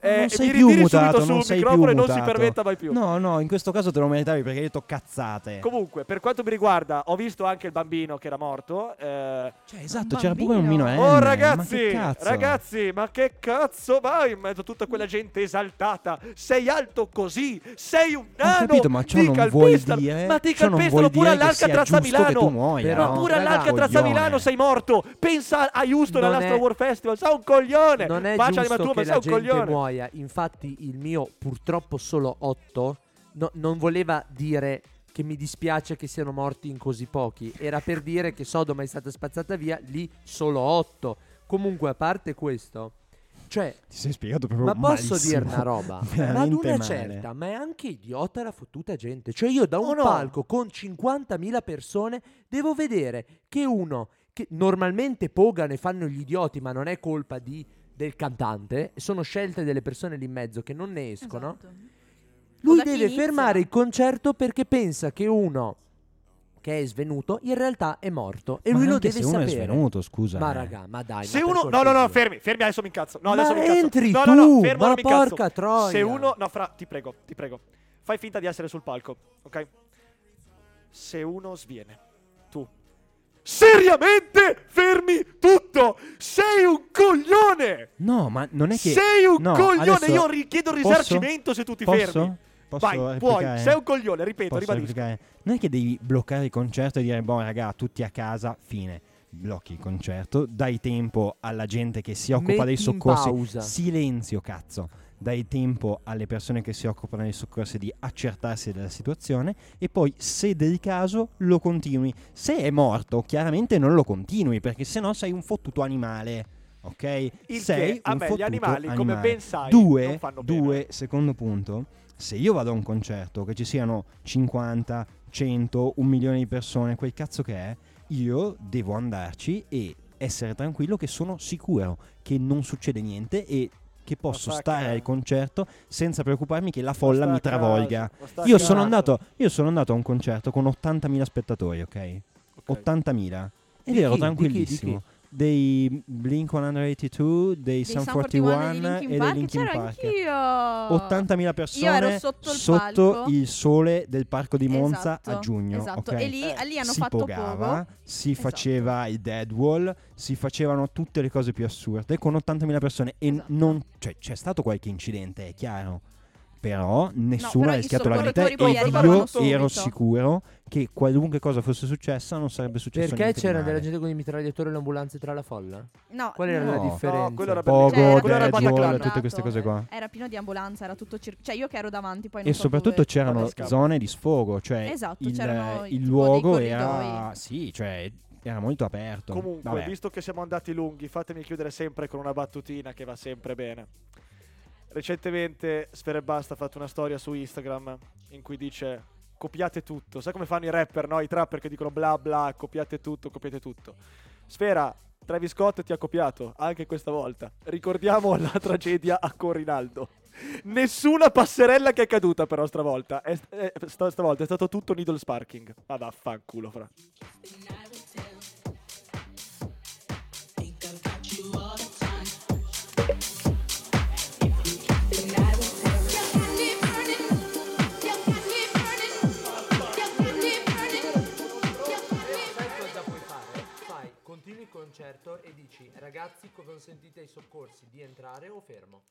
[SPEAKER 1] Eh,
[SPEAKER 3] non sei
[SPEAKER 1] mi
[SPEAKER 3] più
[SPEAKER 1] ritiri
[SPEAKER 3] mutato,
[SPEAKER 1] subito sul
[SPEAKER 3] non sei più
[SPEAKER 1] microfono e non si
[SPEAKER 3] mutato.
[SPEAKER 1] permetta mai più.
[SPEAKER 3] No, no, in questo caso te lo meritavi perché hai detto cazzate.
[SPEAKER 1] Comunque, per quanto mi riguarda, ho visto anche il bambino che era morto. eh,
[SPEAKER 3] cioè, esatto,
[SPEAKER 4] Un
[SPEAKER 3] c'era pure un
[SPEAKER 4] bambino.
[SPEAKER 3] minorenne.
[SPEAKER 1] oh,
[SPEAKER 3] ma
[SPEAKER 1] ragazzi,
[SPEAKER 3] che cazzo?
[SPEAKER 1] ragazzi, ma che cazzo vai in mezzo a tutta quella gente esaltata? Sei alto così, sei un
[SPEAKER 3] Ho
[SPEAKER 1] nano.
[SPEAKER 3] capito, ma ciò
[SPEAKER 1] ti
[SPEAKER 3] non vuol
[SPEAKER 1] calpestano,
[SPEAKER 3] dire. eh.
[SPEAKER 1] Ma ti
[SPEAKER 3] ciò non vuol
[SPEAKER 1] calpestano pure
[SPEAKER 3] dire che sia
[SPEAKER 1] all'Alcatraz a
[SPEAKER 3] giusto che
[SPEAKER 1] Milano.
[SPEAKER 3] tu muoia,
[SPEAKER 2] Però-
[SPEAKER 1] Ma
[SPEAKER 3] no?
[SPEAKER 1] pure
[SPEAKER 2] raga,
[SPEAKER 1] all'Alcatraz a
[SPEAKER 3] coglione.
[SPEAKER 1] Milano sei morto. Pensa a Houston,
[SPEAKER 2] Non
[SPEAKER 1] all'Astro
[SPEAKER 2] è-
[SPEAKER 1] War Festival. Sei un coglione.
[SPEAKER 2] Non è
[SPEAKER 1] Bacia
[SPEAKER 2] giusto
[SPEAKER 1] l'anima tua, ma
[SPEAKER 2] che
[SPEAKER 1] sei
[SPEAKER 2] la
[SPEAKER 1] un
[SPEAKER 2] gente
[SPEAKER 1] coglione.
[SPEAKER 2] muoia. Infatti, il mio purtroppo solo 8 non voleva dire che mi dispiace che siano morti in così pochi. Era per dire che Sodoma è stata spazzata via lì solo 8. Comunque, a parte questo, cioè,
[SPEAKER 3] Ti sei spiegato proprio
[SPEAKER 2] ma posso
[SPEAKER 3] malissimo.
[SPEAKER 2] dire una roba? ma ad
[SPEAKER 3] Veramente
[SPEAKER 2] una
[SPEAKER 3] male.
[SPEAKER 2] certa, ma è anche idiota la fottuta gente. Cioè, io da un
[SPEAKER 1] Oh no.
[SPEAKER 2] palco con 50.000 persone devo vedere che uno che normalmente pogano e fanno gli idioti, ma non è colpa di- del cantante, sono scelte delle persone lì in mezzo che non ne escono. Lui
[SPEAKER 4] da Esatto. chi
[SPEAKER 2] deve
[SPEAKER 4] inizia.
[SPEAKER 2] fermare il concerto perché pensa che uno che è svenuto in realtà è morto e
[SPEAKER 3] Ma
[SPEAKER 2] lui lo
[SPEAKER 3] anche
[SPEAKER 2] deve
[SPEAKER 3] se uno
[SPEAKER 2] sapere.
[SPEAKER 3] è svenuto, scusa.
[SPEAKER 2] Ma
[SPEAKER 3] eh.
[SPEAKER 2] raga, ma dai.
[SPEAKER 1] Se
[SPEAKER 2] ma per
[SPEAKER 1] uno. No, no, no,
[SPEAKER 2] cortesia.
[SPEAKER 1] fermi, fermi, adesso mi incazzo. No,
[SPEAKER 2] Ma
[SPEAKER 1] adesso mi incazzo.
[SPEAKER 2] entri
[SPEAKER 1] no, no, no,
[SPEAKER 2] tu,
[SPEAKER 1] fermo,
[SPEAKER 2] ma
[SPEAKER 1] non mi incazzo.
[SPEAKER 2] porca troia.
[SPEAKER 1] Se uno. No, fra, ti prego, ti prego. Fai finta di essere sul palco, ok? Se uno sviene, tu. Seriamente, fermi tutto! Sei un coglione!
[SPEAKER 3] No, ma non è che...
[SPEAKER 1] Sei un
[SPEAKER 3] no,
[SPEAKER 1] coglione,
[SPEAKER 3] adesso-
[SPEAKER 1] io richiedo
[SPEAKER 3] posso?
[SPEAKER 1] risarcimento se tu ti
[SPEAKER 3] Posso?
[SPEAKER 1] fermi.
[SPEAKER 3] Posso
[SPEAKER 1] Vai, puoi,
[SPEAKER 3] replicare?
[SPEAKER 1] sei un coglione, ripeto,
[SPEAKER 3] Posso
[SPEAKER 1] ribadisco.
[SPEAKER 3] replicare? Non è che devi bloccare il concerto e dire, boh, raga, tutti a casa, fine. Blocchi il concerto, dai tempo alla gente che si occupa dei
[SPEAKER 2] Metti in
[SPEAKER 3] soccorsi.
[SPEAKER 2] pausa.
[SPEAKER 3] Silenzio, cazzo. Dai tempo alle persone che si occupano dei soccorsi di accertarsi della situazione e poi, se del caso, lo continui. Se è morto, chiaramente non lo continui perché sennò sei un fottuto animale. ok?
[SPEAKER 1] Il
[SPEAKER 3] Sei
[SPEAKER 1] che, a
[SPEAKER 3] un
[SPEAKER 1] me, gli
[SPEAKER 3] fottuto
[SPEAKER 1] animali, come
[SPEAKER 3] animale.
[SPEAKER 1] ben sai,
[SPEAKER 3] due,
[SPEAKER 1] non fanno bene.
[SPEAKER 3] due, secondo punto, se io vado a un concerto che ci siano 50, 100, un milione di persone, quel cazzo che è, io devo andarci e essere tranquillo che sono sicuro che non succede niente e che posso
[SPEAKER 1] sta a
[SPEAKER 3] stare
[SPEAKER 1] casa.
[SPEAKER 3] al concerto senza preoccuparmi che la folla
[SPEAKER 1] Ma
[SPEAKER 3] mi
[SPEAKER 1] sta a
[SPEAKER 3] travolga.
[SPEAKER 1] casa, ma sta a
[SPEAKER 3] Io
[SPEAKER 1] casa.
[SPEAKER 3] sono, andato, io sono andato a un concerto con 80.000 spettatori, ok?
[SPEAKER 1] Ok.
[SPEAKER 3] 80.000 ed
[SPEAKER 2] Di chi? Di chi?
[SPEAKER 3] ero
[SPEAKER 2] Di
[SPEAKER 3] tranquillissimo.
[SPEAKER 2] chi?
[SPEAKER 3] Dei Blink 182, dei,
[SPEAKER 4] Dei
[SPEAKER 3] Sun
[SPEAKER 4] Sum
[SPEAKER 3] 41,
[SPEAKER 4] 41 dei
[SPEAKER 3] e dei
[SPEAKER 4] Linkin
[SPEAKER 3] Linkin
[SPEAKER 4] Park,
[SPEAKER 3] Park.
[SPEAKER 4] c'ero anch'io.
[SPEAKER 3] 80.000 persone
[SPEAKER 4] Io ero sotto il palco.
[SPEAKER 3] il sole del parco di Monza
[SPEAKER 4] Esatto,
[SPEAKER 3] a giugno.
[SPEAKER 4] Esatto,
[SPEAKER 3] ok?
[SPEAKER 4] e lì, lì hanno
[SPEAKER 3] si
[SPEAKER 4] fatto
[SPEAKER 3] pogava,
[SPEAKER 4] poco.
[SPEAKER 3] si
[SPEAKER 4] Esatto.
[SPEAKER 3] faceva il dead wall, si facevano tutte le cose più assurde con 80.000 persone e
[SPEAKER 4] Esatto.
[SPEAKER 3] non, cioè, c'è stato qualche incidente, è chiaro. Però nessuno
[SPEAKER 4] però
[SPEAKER 3] ha
[SPEAKER 4] i
[SPEAKER 3] rischiato la vita
[SPEAKER 4] soccorritori
[SPEAKER 3] e
[SPEAKER 4] poi
[SPEAKER 3] io
[SPEAKER 4] arrivavano subito.
[SPEAKER 3] ero sicuro che qualunque cosa fosse successa non sarebbe successo
[SPEAKER 2] Perché
[SPEAKER 3] niente di
[SPEAKER 2] c'era
[SPEAKER 3] male.
[SPEAKER 2] della gente con i mitragliatori e le ambulanze tra la folla?
[SPEAKER 4] No,
[SPEAKER 2] Qual era
[SPEAKER 4] Ah, no. Cioè,
[SPEAKER 2] la differenza?
[SPEAKER 1] No, quello era
[SPEAKER 3] Pogo,
[SPEAKER 1] Cioè, quella
[SPEAKER 4] era tutto
[SPEAKER 1] era
[SPEAKER 3] dead
[SPEAKER 1] fatta
[SPEAKER 3] wall,
[SPEAKER 1] clamata.
[SPEAKER 4] clammato,
[SPEAKER 3] tutte queste cose qua.
[SPEAKER 4] Era pieno di ambulanza, era tutto cir- Cioè, io che ero davanti, poi non
[SPEAKER 3] E
[SPEAKER 4] so
[SPEAKER 3] soprattutto
[SPEAKER 4] dove-
[SPEAKER 3] c'erano
[SPEAKER 4] dove scappare.
[SPEAKER 3] zone di sfogo, cioè
[SPEAKER 4] Esatto,
[SPEAKER 3] il,
[SPEAKER 4] c'erano
[SPEAKER 3] il
[SPEAKER 4] tipo dei
[SPEAKER 3] luogo
[SPEAKER 4] corridoi.
[SPEAKER 3] era... Sì, cioè era molto aperto.
[SPEAKER 1] Comunque,
[SPEAKER 3] Certo. Vabbè.
[SPEAKER 1] visto che siamo andati lunghi, fatemi chiudere sempre con una battutina che va sempre bene. Recentemente Sfera e Basta ha fatto una storia su Instagram in cui dice copiate tutto. Sai come fanno i rapper, no? I trapper che dicono bla bla, copiate tutto, copiate tutto. Sfera, Travis Scott ti ha copiato, anche questa volta. Ricordiamo la tragedia a Corinaldo. Nessuna passerella che è caduta però stavolta. È, è- sta- stavolta è stato tutto needle sparking. Ma vaffanculo, fra.
[SPEAKER 2] Sai cosa puoi fare? Fai, continui il concerto e dici ragazzi consentite ai soccorsi di entrare o fermo.